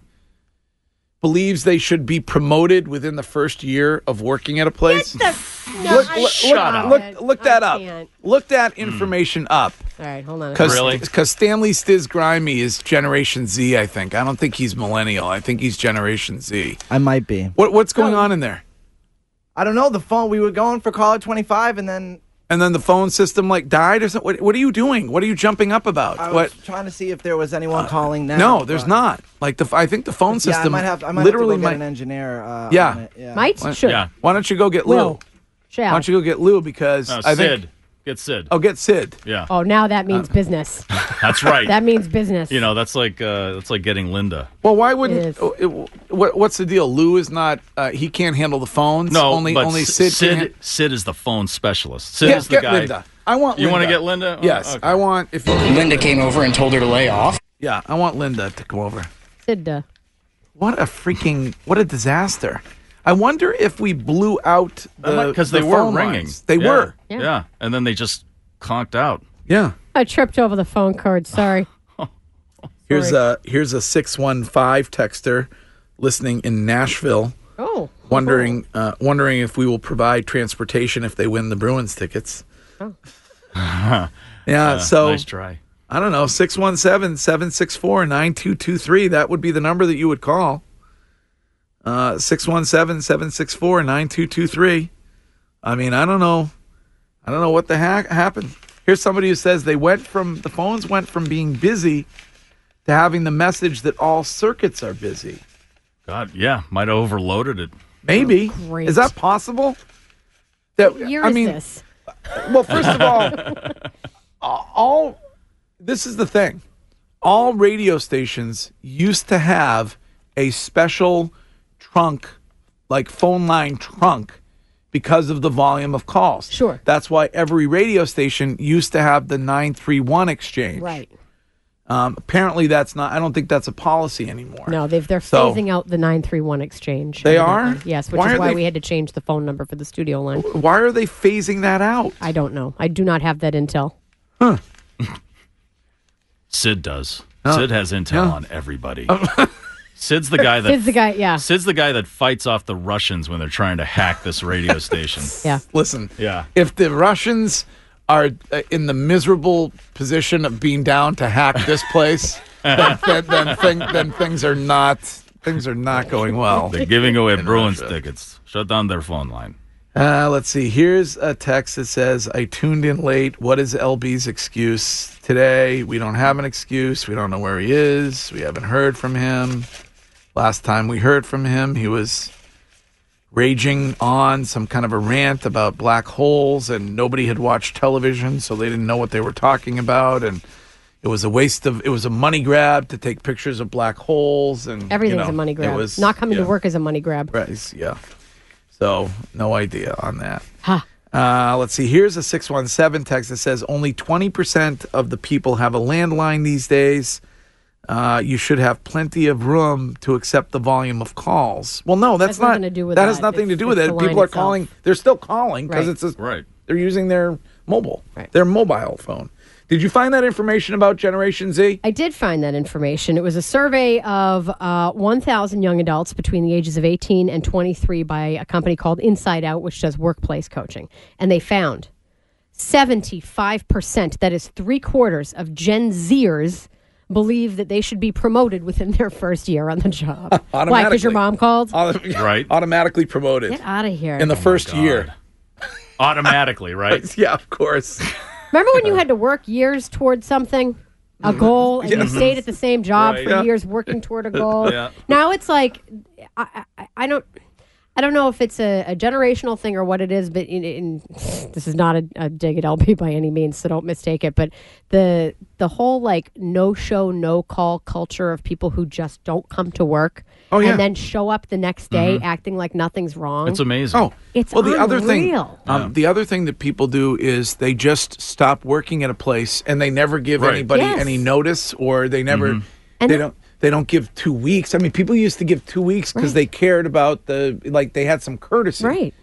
Speaker 2: believes they should be promoted within the first year of working at a place?
Speaker 6: No,
Speaker 2: look,
Speaker 6: I
Speaker 2: look,
Speaker 6: can't.
Speaker 2: look, look, look
Speaker 6: I
Speaker 2: that up.
Speaker 6: can't.
Speaker 2: Look that information up.
Speaker 6: All right, hold on. a
Speaker 2: Cause,
Speaker 6: second.
Speaker 2: Because Stanley Stiz Grimy is Generation Z, I think. I don't think he's millennial. I think he's Generation Z.
Speaker 13: I might be.
Speaker 2: What What's
Speaker 13: Oh.
Speaker 2: going on in there?
Speaker 13: I don't know. The phone. We were going for caller twenty five, and then
Speaker 2: And then the phone system like died or something. What, what are you doing? What are you jumping up about?
Speaker 13: I was
Speaker 2: what? Uh,
Speaker 13: trying to see if there was anyone calling now.
Speaker 2: no, there's
Speaker 13: but-
Speaker 2: not. Like the, I think the phone
Speaker 13: Yeah,
Speaker 2: system
Speaker 13: I might have. I might
Speaker 2: literally
Speaker 13: have to go get an
Speaker 2: might.
Speaker 13: engineer. Uh, on
Speaker 2: yeah.
Speaker 13: it, yeah.
Speaker 2: Why, Why don't you go get Lou?
Speaker 6: Will.
Speaker 2: Why
Speaker 6: Shall.
Speaker 2: don't you go get Lou because
Speaker 4: No,
Speaker 2: I
Speaker 4: Sid.
Speaker 2: think.
Speaker 4: Get Sid.
Speaker 2: Oh, get Sid.
Speaker 4: Yeah,
Speaker 6: Oh, now that means
Speaker 2: Uh.
Speaker 6: business.
Speaker 4: that's right.
Speaker 6: That means business.
Speaker 4: you know, that's like uh, that's like getting Linda.
Speaker 2: Well, why wouldn't? oh, it- what, what's the deal? Lou is not. Uh, he can't handle the phones.
Speaker 4: No,
Speaker 2: only
Speaker 4: but
Speaker 2: only
Speaker 4: S-
Speaker 2: Sid. can
Speaker 4: Sid,
Speaker 2: han-
Speaker 4: Sid is the phone specialist. Sid
Speaker 2: Get-
Speaker 4: is the
Speaker 2: get
Speaker 4: guy.
Speaker 2: Linda. I want.
Speaker 4: You want to
Speaker 2: Linda.
Speaker 4: get Linda? Oh,
Speaker 2: Yes,
Speaker 4: okay.
Speaker 2: I want. If
Speaker 11: Linda came over and told her to lay off.
Speaker 2: Yeah, I want Linda to come over.
Speaker 6: Sid, uh,
Speaker 2: What a freaking what a disaster! I wonder if we blew out
Speaker 4: because Uh, they
Speaker 2: the
Speaker 4: were
Speaker 2: phone
Speaker 4: ringing.
Speaker 2: lines. They
Speaker 4: Yeah.
Speaker 2: were.
Speaker 4: Yeah.
Speaker 6: Yeah.
Speaker 4: and then they just conked out.
Speaker 2: Yeah.
Speaker 6: I tripped over the phone cord. Sorry.
Speaker 2: Here's a here's a six one five texter listening in Nashville,
Speaker 6: Oh.
Speaker 2: wondering uh, wondering if we will provide transportation if they win the Bruins tickets.
Speaker 6: Oh.
Speaker 2: yeah.
Speaker 4: Uh,
Speaker 2: so
Speaker 4: nice try.
Speaker 2: I don't know 617-764-9223. That would be the number that you would call. Uh, 617-764-9223. I mean, I don't know. I don't know what the heck happened. Here's somebody who says they went from the phones went from being busy to having the message that all circuits are busy.
Speaker 4: God, yeah, might have overloaded it.
Speaker 2: Maybe
Speaker 4: Great.
Speaker 2: is that possible? That
Speaker 6: year
Speaker 2: I
Speaker 6: is
Speaker 2: mean,
Speaker 6: this?
Speaker 2: well, first of all, all this is the thing. All radio stations used to have a special trunk, like phone line trunk, because of the volume of calls. Sure. That's why every radio station used to have the 931 exchange.
Speaker 6: Right.
Speaker 2: Um, apparently, that's not. I don't think that's a policy anymore.
Speaker 6: No, they've they're
Speaker 2: So-
Speaker 6: phasing out the nine three one exchange.
Speaker 2: They are?
Speaker 6: evidently. yes, which
Speaker 2: Why
Speaker 6: is
Speaker 2: are
Speaker 6: why
Speaker 2: they-
Speaker 6: we had to change the phone number for the studio line.
Speaker 2: Why are they phasing that out?
Speaker 6: I don't know. I do not have that intel.
Speaker 4: Sid does.
Speaker 6: Oh.
Speaker 4: Sid has intel
Speaker 6: Yeah.
Speaker 4: on everybody.
Speaker 2: Oh.
Speaker 4: Sid's the guy that
Speaker 6: Sid's the guy- yeah.
Speaker 4: Sid's the guy that fights off the Russians when they're trying to hack this radio station.
Speaker 6: Yeah.
Speaker 2: Listen,
Speaker 4: Yeah.
Speaker 2: if the Russians are uh, in the miserable position of being down to hack this place, then, then, then, thing, then things are not things are not going well.
Speaker 4: They're giving away Bruins tickets. Shut down their phone line.
Speaker 2: Uh, let's see. Here's a text that says, I tuned in late. What is LB's excuse today? We don't have an excuse. We don't know where he is. We haven't heard from him. Last time we heard from him, he was raging on some kind of a rant about black holes, and nobody had watched television, so they didn't know what they were talking about. And it was a waste of, it was a money grab to take pictures of black holes. And you
Speaker 6: Everything's
Speaker 2: know,
Speaker 6: a money
Speaker 2: it
Speaker 6: grab.
Speaker 2: was-
Speaker 6: not coming
Speaker 2: yeah.
Speaker 6: to work is a money grab.
Speaker 2: Right. Yeah. So no idea on that.
Speaker 6: Ha.
Speaker 2: Uh, let's see. Here's a 617 text that says only 20% of the people have a landline these days. Uh, you should have plenty of room to accept the volume of calls. Well, no, that's
Speaker 6: Has
Speaker 2: not
Speaker 6: nothing to do with
Speaker 2: that,
Speaker 6: that.
Speaker 2: has nothing to
Speaker 6: It's-
Speaker 2: do with
Speaker 6: it's
Speaker 2: it.
Speaker 6: the
Speaker 2: People are
Speaker 6: line itself.
Speaker 2: calling. They're still calling because
Speaker 6: Right.
Speaker 2: it's a,
Speaker 4: right.
Speaker 2: They're using their mobile, their mobile phone. Did you find that information about Generation Z?
Speaker 6: I did find that information. It was a survey of uh, 1,000 young adults between the ages of 18 and 23 by a company called Inside Out, which does workplace coaching. And they found 75%, that is three quarters of Gen Zers, believe that they should be promoted within their first year on the job. Why? Because your
Speaker 2: Automatically.
Speaker 6: mom called?
Speaker 4: right. Oh
Speaker 2: Automatically promoted
Speaker 6: Get out of here.
Speaker 2: in the first year.
Speaker 4: Automatically, right?
Speaker 2: yeah, of course.
Speaker 6: Remember when
Speaker 4: Uh-huh.
Speaker 6: you had to work years toward something, a goal, and you
Speaker 4: Mm-hmm. Yes.
Speaker 6: stayed at the same job
Speaker 4: Right.
Speaker 6: for
Speaker 4: Yeah.
Speaker 6: years working toward a goal?
Speaker 4: Yeah.
Speaker 6: Now it's like I, I, I don't. I don't know if it's a, a generational thing or what it is, but in, in, this is not a, a dig at LB by any means, so don't mistake it. But the the whole like no show, no call culture of people who just don't come to work
Speaker 2: Oh, yeah.
Speaker 6: and then show up the next day
Speaker 4: Mm-hmm.
Speaker 2: Mhm.
Speaker 6: acting like nothing's wrong.
Speaker 4: It's amazing.
Speaker 2: Oh,
Speaker 6: It's
Speaker 2: well. The other thing,
Speaker 6: unreal.
Speaker 2: um, the other thing that people do is they just stop working at a place and they never give
Speaker 4: Right.
Speaker 2: anybody
Speaker 4: Yes.
Speaker 2: any notice, or they never,
Speaker 6: And
Speaker 2: they don't, they don't give two weeks. I mean, people used to give two weeks because they cared about the, like they had some courtesy,
Speaker 6: right?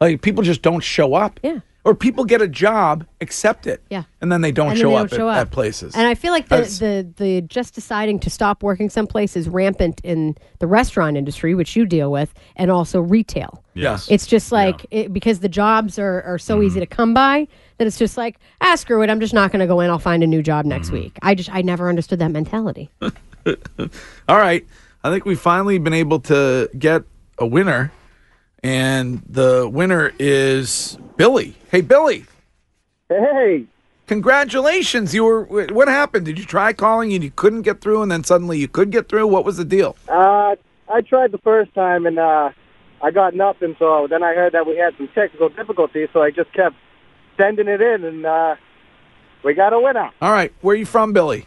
Speaker 2: Like people just don't show up, yeah. Or people get a job, accept it,
Speaker 6: Yeah.
Speaker 2: and then they don't,
Speaker 6: And then
Speaker 2: show,
Speaker 6: they
Speaker 2: up
Speaker 6: don't show
Speaker 2: at,
Speaker 6: up.
Speaker 2: at places.
Speaker 6: And I feel like the,
Speaker 2: That's-
Speaker 6: the the just deciding to stop working someplace is rampant in the restaurant industry, which you deal with, and also retail.
Speaker 9: Yes.
Speaker 6: It's just like it, because the jobs are, are so
Speaker 2: Mm-hmm.
Speaker 6: easy to come by that it's just like, ah, screw it, I'm just not going to go in. I'll find a new job next
Speaker 2: Mm-hmm.
Speaker 6: week. I just I never understood that mentality.
Speaker 2: All right. I think we've finally been able to get a winner. And the winner is Billy. Hey, Billy.
Speaker 16: Hey.
Speaker 2: Congratulations. You were wh- what happened? Did you try calling and you couldn't get through and then suddenly you could get through? What was the deal?
Speaker 16: Uh, I tried the first time and uh, I got nothing. So then I heard that we had some technical difficulties. So I just kept sending it in, and uh, we got a winner.
Speaker 2: All right. Where are you from, Billy?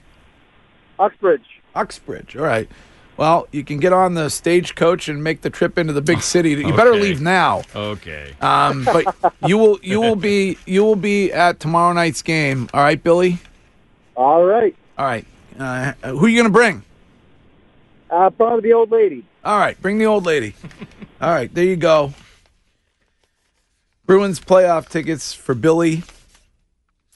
Speaker 16: Uxbridge.
Speaker 2: Uxbridge. All right. Well, you can get on the stagecoach and make the trip into the big city. You better
Speaker 4: Okay.
Speaker 2: leave now.
Speaker 4: Okay.
Speaker 2: Um, but you will you will be you will be at tomorrow night's game. All right, Billy.
Speaker 16: All right.
Speaker 2: All right. Uh, who are you gonna bring?
Speaker 16: Uh, probably the old lady.
Speaker 2: All right, bring the old lady. All right, there you go. Bruins playoff tickets for Billy.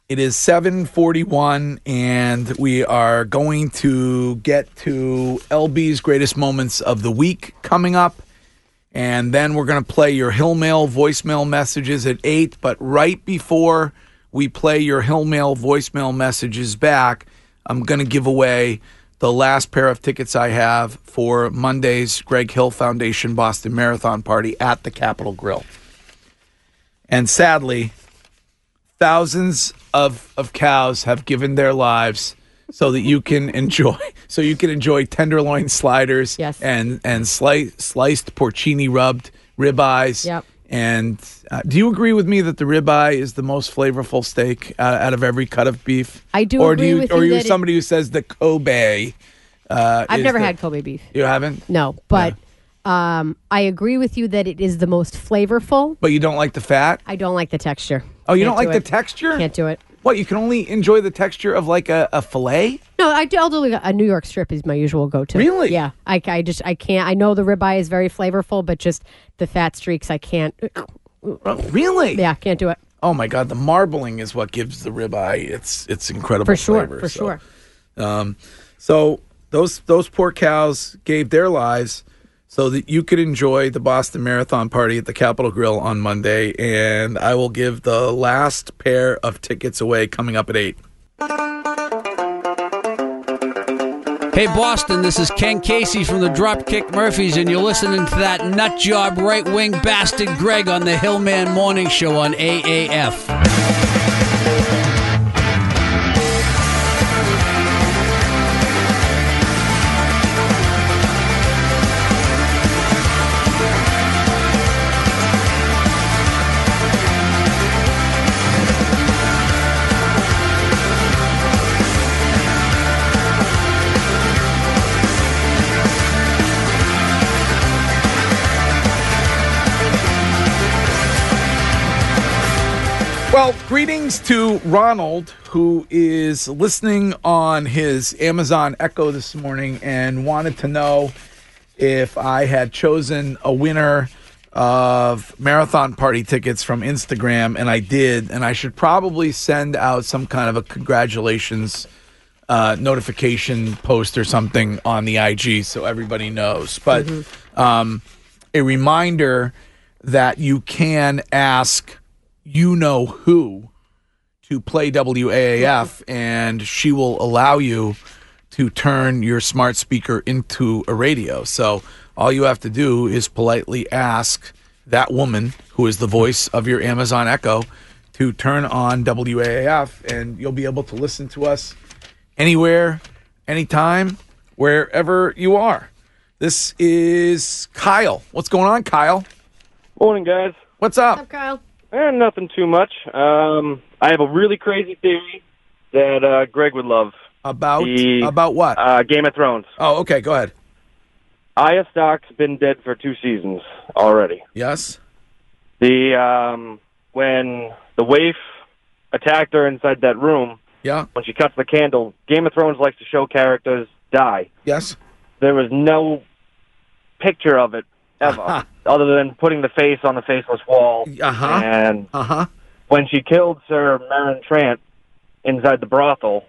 Speaker 2: It is 7:41 and we are going to get to LB's greatest moments of the week coming up and then we're going to play your Hill Mail voicemail messages at 8, but right before we play your Hill Mail voicemail messages back, I'm going to give away the last pair of tickets I have for Monday's Greg Hill Foundation Boston Marathon Party at the Capitol Grill. And sadly, thousands of, of cows have given their lives so that you can enjoy so you can enjoy tenderloin sliders and and slice, sliced porcini rubbed ribeyes
Speaker 6: Yep.
Speaker 2: and uh, do you agree with me that the ribeye is the most flavorful steak uh, out of every cut of beef
Speaker 6: I do
Speaker 2: or
Speaker 6: agree
Speaker 2: do you
Speaker 6: with
Speaker 2: or
Speaker 6: you
Speaker 2: you're
Speaker 6: that it-
Speaker 2: somebody who says the kobe uh,
Speaker 6: I've
Speaker 2: is
Speaker 6: never
Speaker 2: the-
Speaker 6: had Kobe beef.
Speaker 2: you haven't
Speaker 6: No, but um, I agree with you that it is the most flavorful.
Speaker 2: but you don't like the fat
Speaker 6: I don't like the texture.
Speaker 2: Oh, you don't
Speaker 6: Can't
Speaker 2: like
Speaker 6: do
Speaker 2: the texture?
Speaker 6: Can't do it.
Speaker 2: What you can only enjoy the texture of like a, a fillet.
Speaker 6: No, I do elderly. A New York strip is my usual go-to.
Speaker 2: Really?
Speaker 6: Yeah. I, I just I can't. I know the ribeye is very flavorful, but just the fat streaks, I can't.
Speaker 2: Really?
Speaker 6: Yeah, can't do it.
Speaker 2: Oh my god, the marbling is what gives the ribeye its its incredible
Speaker 6: For sure,
Speaker 2: flavor.
Speaker 6: for
Speaker 2: so.
Speaker 6: sure.
Speaker 2: Um, so those those poor cows gave their lives so that you could enjoy the Boston Marathon party at the Capitol Grill on Monday, and I will give the last pair of tickets away coming up at eight.
Speaker 17: Hey, Boston, this is Ken Casey from the Dropkick Murphys, and you're listening to that nutjob right wing bastard Greg on the Hillman Morning Show on AAF.
Speaker 2: Well, greetings to Ronald, who is listening on his Amazon Echo this morning and wanted to know if I had chosen a winner of marathon party tickets from Instagram, and I did. And I should probably send out some kind of a congratulations uh, notification post or something on the IG so everybody knows. But um, a reminder that you can ask you know who to play WAAF, and she will allow you to turn your smart speaker into a radio. So all you have to do is politely ask that woman who is the voice of your Amazon Echo to turn on WAAF, and you'll be able to listen to us anywhere, anytime, wherever you are. This is Kyle. What's going on, Kyle?
Speaker 18: Morning, guys.
Speaker 2: What's up?
Speaker 6: Kyle?
Speaker 18: Eh, nothing too much. Um, I have a really crazy theory that uh, Greg would love
Speaker 2: about
Speaker 18: about
Speaker 2: what?
Speaker 18: Uh, Game of Thrones.
Speaker 2: Oh, okay. Go ahead.
Speaker 18: Aya Stock's been dead for two seasons already.
Speaker 2: Yes.
Speaker 18: The um, when the waif attacked her inside that room.
Speaker 2: Yeah.
Speaker 18: When she cuts the candle, Game of Thrones likes to show characters die.
Speaker 2: Yes.
Speaker 18: There was no picture of it ever, other than putting the face on the faceless wall.
Speaker 2: Uh-huh.
Speaker 18: And
Speaker 2: uh-huh.
Speaker 18: when she killed Sir Marin Trant inside the brothel,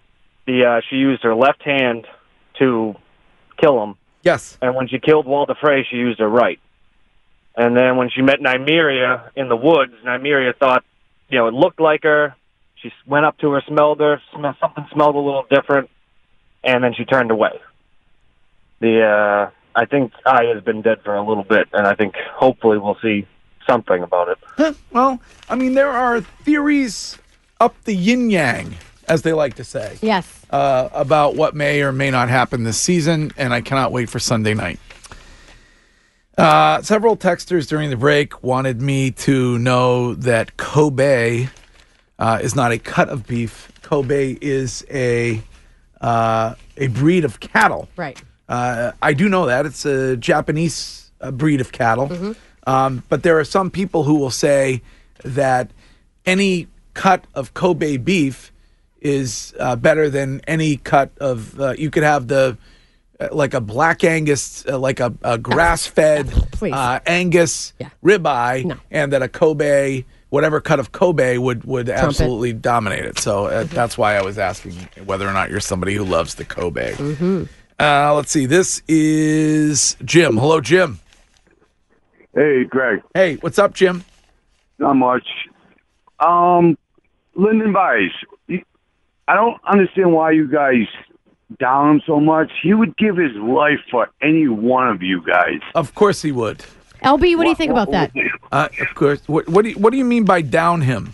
Speaker 18: the uh, she used her left hand to kill him.
Speaker 2: Yes.
Speaker 18: And when she killed Walter Frey, she used her right. And then when she met Nymeria in the woods, Nymeria thought, you know, it looked like her. She s- went up to her, smelled her, sm- something smelled a little different, and then she turned away. The uh, I think I has been dead for a little bit, and I think hopefully we'll see uh, something about it.
Speaker 2: Huh, well, I mean, there are theories up the yin yang, as they like to say.
Speaker 6: Yes.
Speaker 2: Uh, about what may or may not happen this season, and I cannot wait for Sunday night. Uh, several texters during the break wanted me to know that Kobe uh, is not a cut of beef. Kobe is a uh, a breed of cattle.
Speaker 6: Right.
Speaker 2: Uh, I do know that it's a Japanese uh, breed of cattle, um, but there are some people who will say that any cut of Kobe beef is uh, better than any cut of. Uh, you could have the uh, like a black Angus, uh, like a, a grass-fed uh, Angus ribeye, and that a Kobe, whatever cut of Kobe would would
Speaker 19: Trump it.
Speaker 2: absolutely dominate it. So uh, that's why I was asking whether or not you're somebody who loves the Kobe.
Speaker 6: Mm-hmm.
Speaker 2: Uh, let's see. This is Jim. Hello, Jim.
Speaker 20: Hey, Greg.
Speaker 2: Hey, what's up, Jim?
Speaker 20: Not much. Um, Lyndon Weiss. you- I don't understand why you guys down him so much. He would give his life for any one of you guys.
Speaker 2: Of course he would.
Speaker 6: LB, what do you think about that?
Speaker 2: Uh, of course. What, what do you, What do you mean by down him?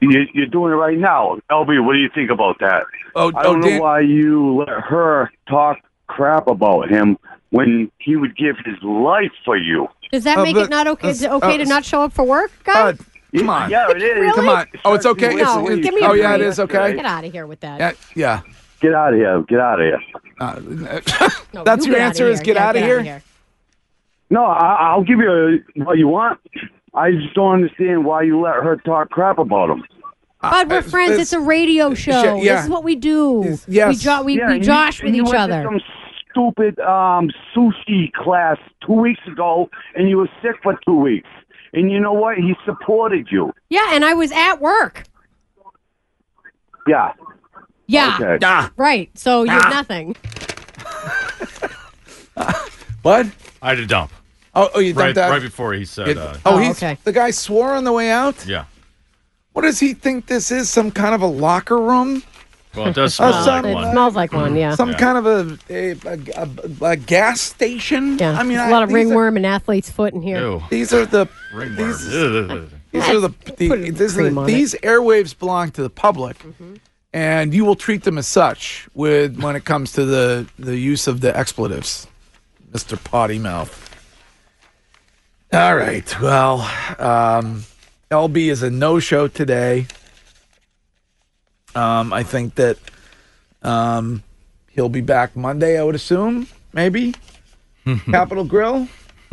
Speaker 20: You, you're doing it right now, LB. What do you think about that?
Speaker 2: Oh,
Speaker 20: I don't
Speaker 2: oh,
Speaker 20: know
Speaker 2: Dan-
Speaker 20: why you let her talk crap about him when he would give his life for you.
Speaker 6: Does that
Speaker 20: Uh,
Speaker 6: make
Speaker 20: but-
Speaker 6: it not okay? Is it
Speaker 20: uh,
Speaker 6: okay to
Speaker 20: uh,
Speaker 6: not show up for work, guys?
Speaker 2: Uh, Come on.
Speaker 20: Yeah, it is.
Speaker 6: Really?
Speaker 2: Come on. Oh, it's okay. It's-
Speaker 6: No,
Speaker 2: it's-
Speaker 6: give me a
Speaker 2: oh, yeah, it
Speaker 6: break.
Speaker 2: is okay.
Speaker 6: Get out of here with that.
Speaker 2: Yeah. yeah. Uh,
Speaker 20: Get out of here. Get out of here.
Speaker 6: No,
Speaker 2: That's
Speaker 6: you
Speaker 2: your
Speaker 6: get outta
Speaker 2: answer is
Speaker 6: here.
Speaker 2: get
Speaker 6: Yeah,
Speaker 2: out of
Speaker 6: outta
Speaker 2: here.
Speaker 20: No, I, I'll give you a, what you want. I just don't understand why you let her talk crap about him.
Speaker 6: But
Speaker 2: Uh,
Speaker 6: we're friends. It's, a radio show. This
Speaker 20: yeah.
Speaker 6: is what we do. We, jo- we,
Speaker 20: Yeah,
Speaker 6: we
Speaker 20: and you-
Speaker 6: josh
Speaker 20: and
Speaker 6: with
Speaker 20: you
Speaker 6: each
Speaker 20: went to
Speaker 6: other.
Speaker 20: Some stupid um, sushi class two weeks ago, and you were sick for two weeks. And you know what? He supported you.
Speaker 6: Yeah, and I was at work.
Speaker 20: Yeah.
Speaker 6: Yeah.
Speaker 20: Okay. Ah.
Speaker 6: Right. So you're nothing.
Speaker 2: What?
Speaker 4: I had a dump.
Speaker 2: Oh, oh you dumped
Speaker 4: right,
Speaker 2: that?
Speaker 4: right before he said.
Speaker 2: It-
Speaker 4: uh,
Speaker 2: oh, he's, the guy swore on the way out.
Speaker 4: yeah.
Speaker 2: What does he think this is? Some kind of a locker room?
Speaker 6: Uh-huh.
Speaker 4: Well, it does
Speaker 2: Uh,
Speaker 4: smell
Speaker 2: some-
Speaker 4: like one.
Speaker 6: It smells like one, yeah.
Speaker 2: Some
Speaker 6: Yeah.
Speaker 2: kind of a a, a, a a gas station.
Speaker 6: Yeah.
Speaker 2: I mean,
Speaker 6: There's
Speaker 2: I-
Speaker 6: a lot of
Speaker 2: these
Speaker 6: ringworm and athlete's foot in here.
Speaker 2: Are, these are the
Speaker 4: Ringworm.
Speaker 2: These,
Speaker 4: Ugh.
Speaker 2: these are the, the, this is
Speaker 6: cream
Speaker 2: the
Speaker 6: on it.
Speaker 2: these airwaves belong to the public, and you will treat them as such with when it comes to the the use of the expletives, Mister Potty Mouth. All right. Well, um, LB is a no show today. Um, I think that um, he'll be back Monday, I would assume, maybe. Capital Grill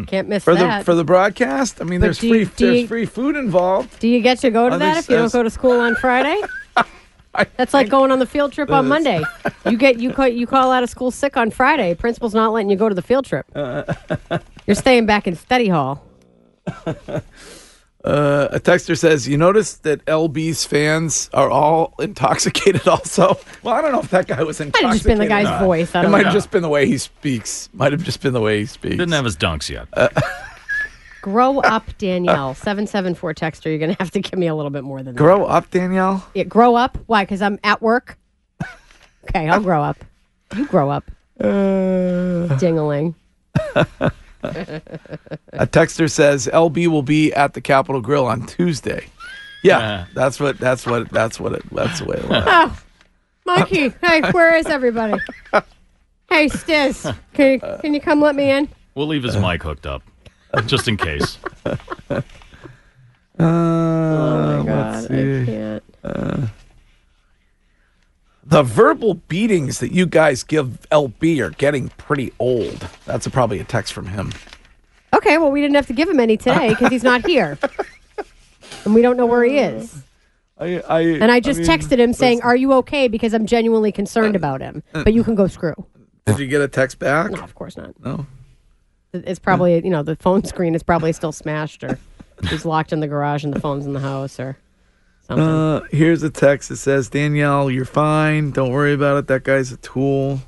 Speaker 6: Can't miss
Speaker 2: for
Speaker 6: that.
Speaker 2: the for the broadcast. I mean,
Speaker 6: But
Speaker 2: there's
Speaker 6: do
Speaker 2: free
Speaker 6: you- do
Speaker 2: there's
Speaker 6: you-
Speaker 2: free food involved.
Speaker 6: do you get to go to
Speaker 2: Other
Speaker 6: that if you don't
Speaker 2: says-
Speaker 6: go to school on Friday? That's like going on the field trip on
Speaker 2: that
Speaker 6: Monday. You get you call you call out of school sick on Friday. Principal's not letting you go to the field trip. You're staying back in study hall.
Speaker 2: Uh, a texter says, "You notice that LB's fans are all intoxicated. Also, well, I don't know if that guy was intoxicated.
Speaker 6: have just been the
Speaker 2: or
Speaker 6: guy's
Speaker 2: not.
Speaker 6: voice. I
Speaker 2: it
Speaker 6: don't
Speaker 2: might
Speaker 6: know.
Speaker 2: have just been the way he speaks. Might have just been the way he speaks.
Speaker 4: Didn't have his dunks yet.
Speaker 2: Uh,
Speaker 6: Grow up, Danielle. Seven seven four texter. You're gonna have to give me a little bit more than that.
Speaker 2: Grow up, Danielle.
Speaker 6: Yeah, grow up. Why? Because I'm at work. Okay, I'll grow up. You grow up.
Speaker 2: Uh,
Speaker 6: Dingling.
Speaker 2: A texter says LB will be at the Capitol Grill on Tuesday. Yeah, that's what that's what that's what it that's the way it went.
Speaker 6: Oh, Mikey. hey, where is everybody? Hey, Stiz. Can you, can you come let me in?
Speaker 4: We'll leave his mic hooked up, just in case.
Speaker 2: Uh, oh
Speaker 6: God, I can't.
Speaker 2: the verbal beatings that you guys give LB are getting pretty old. That's a, probably a text from him.
Speaker 6: Okay, well, we didn't have to give him any today because he's not here. and we don't know where he is.
Speaker 2: I, I
Speaker 6: And I just texted him saying, Are you okay? Because I'm genuinely concerned
Speaker 2: Uh,
Speaker 6: about him. But you can go screw.
Speaker 2: Did you get a text back? No,
Speaker 6: of course not.
Speaker 2: No.
Speaker 6: It's
Speaker 2: Uh.
Speaker 6: probably, you know, the phone screen is probably still smashed or he's locked in the garage and the phone's in the house or something.
Speaker 2: Uh, here's a text that says, Danielle, you're fine. Don't worry about it. That guy's a tool.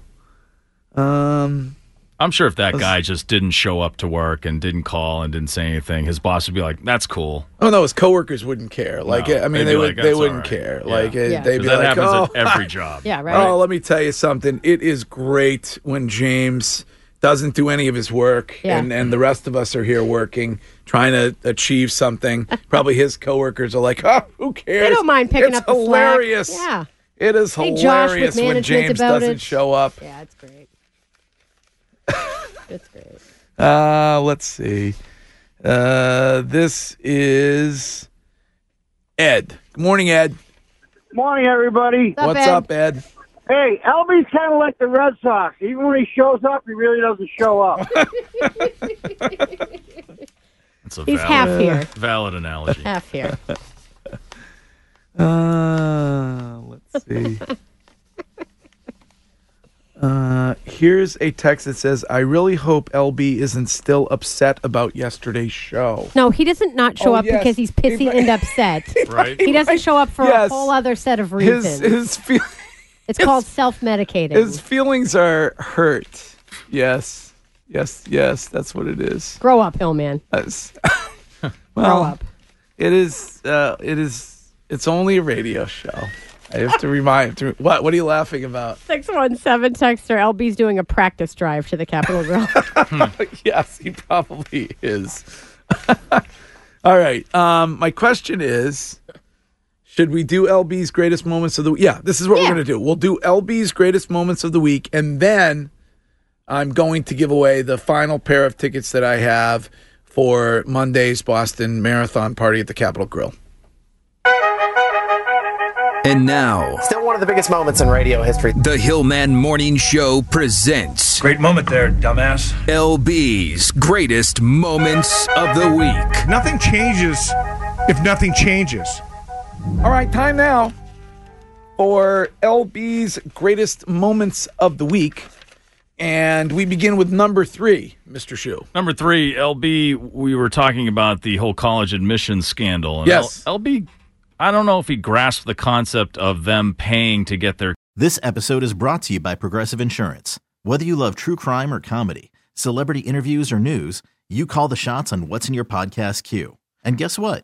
Speaker 2: Um,
Speaker 4: I'm sure if that guy just didn't show up to work and didn't call and didn't say anything, his boss would be like, "That's cool."
Speaker 2: oh no, his coworkers wouldn't care. Like,
Speaker 4: No,
Speaker 2: I mean,
Speaker 4: they'd
Speaker 2: they
Speaker 4: be
Speaker 2: would,
Speaker 4: like,
Speaker 2: they
Speaker 4: "That's all
Speaker 2: wouldn't
Speaker 4: right."
Speaker 2: care.
Speaker 4: Yeah.
Speaker 2: Like, it,
Speaker 4: Yeah.
Speaker 2: they'd
Speaker 4: 'Cause
Speaker 2: be
Speaker 4: that
Speaker 2: like,
Speaker 4: happens
Speaker 2: oh,
Speaker 4: at every job.
Speaker 6: Yeah, right.
Speaker 2: Oh, let me tell you something. It is great when James doesn't do any of his work
Speaker 6: Yeah.
Speaker 2: and, and the rest of us are here working, trying to achieve something. Probably his coworkers are like, oh, who cares?
Speaker 6: They don't mind picking
Speaker 2: it's
Speaker 6: up the slack.
Speaker 2: hilarious.
Speaker 6: Yeah.
Speaker 2: It is
Speaker 6: Hey, Josh, with
Speaker 2: hilarious when
Speaker 6: management
Speaker 2: James
Speaker 6: about
Speaker 2: doesn't
Speaker 6: it.
Speaker 2: show up.
Speaker 6: Yeah, it's great. it's great.
Speaker 2: Uh, let's see. Uh, this is Ed. Good morning, Ed.
Speaker 21: Morning, everybody.
Speaker 2: What's up, What's Ed? up, Ed?
Speaker 21: Hey, LB's kind of like the Red Sox. Even when he shows up, he really doesn't show up.
Speaker 4: It's a
Speaker 21: He's
Speaker 4: valid,
Speaker 21: half here.
Speaker 4: Valid analogy.
Speaker 6: Half here.
Speaker 2: Uh, let's see. uh, here's a text that says, "I really hope LB isn't still upset about yesterday's show."
Speaker 6: No, he doesn't not show
Speaker 2: Oh,
Speaker 6: up
Speaker 2: yes.
Speaker 6: because he's pissy and upset.
Speaker 2: Right.
Speaker 6: He doesn't show up for
Speaker 2: Yes.
Speaker 6: a whole other set of
Speaker 2: His-
Speaker 6: reasons.
Speaker 2: his feel-
Speaker 6: it's called self-medicating.
Speaker 2: His feelings are hurt. Yes, yes, yes. That's what it is.
Speaker 6: Grow up, Hillman.
Speaker 2: That's-
Speaker 6: Grow
Speaker 2: well,
Speaker 6: up.
Speaker 2: it is. Uh, it is. It's only a radio show. I have to remind. To, what? What are you laughing about?
Speaker 6: 617 texter LB's doing a practice drive to the Capitol Grill.
Speaker 2: yes, he probably is. All right. Um, my question is should we do LB's greatest moments of the week? Yeah, this is what we're going to do. We'll do LB's greatest moments of the week, and then I'm going to give away the final pair of tickets that I have for Monday's Boston Marathon party at the Capitol Grill.
Speaker 7: And now, still one of the biggest moments in radio history. The Hillman Morning Show presents. Great moment there, dumbass. LB's greatest moments of the week.
Speaker 19: Nothing changes if nothing changes.
Speaker 2: All right, time now for LB's greatest moments of the week. And we begin with number three, Mr. Shu.
Speaker 4: Number three, LB, we were talking about the whole college admissions scandal. And
Speaker 2: Yes.
Speaker 4: L- LB, I don't know if he grasped the concept of them paying to get their
Speaker 10: This episode is brought to you by Progressive Insurance. Whether you love true crime or comedy, celebrity interviews or news, you call the shots on what's in your podcast queue. And guess what?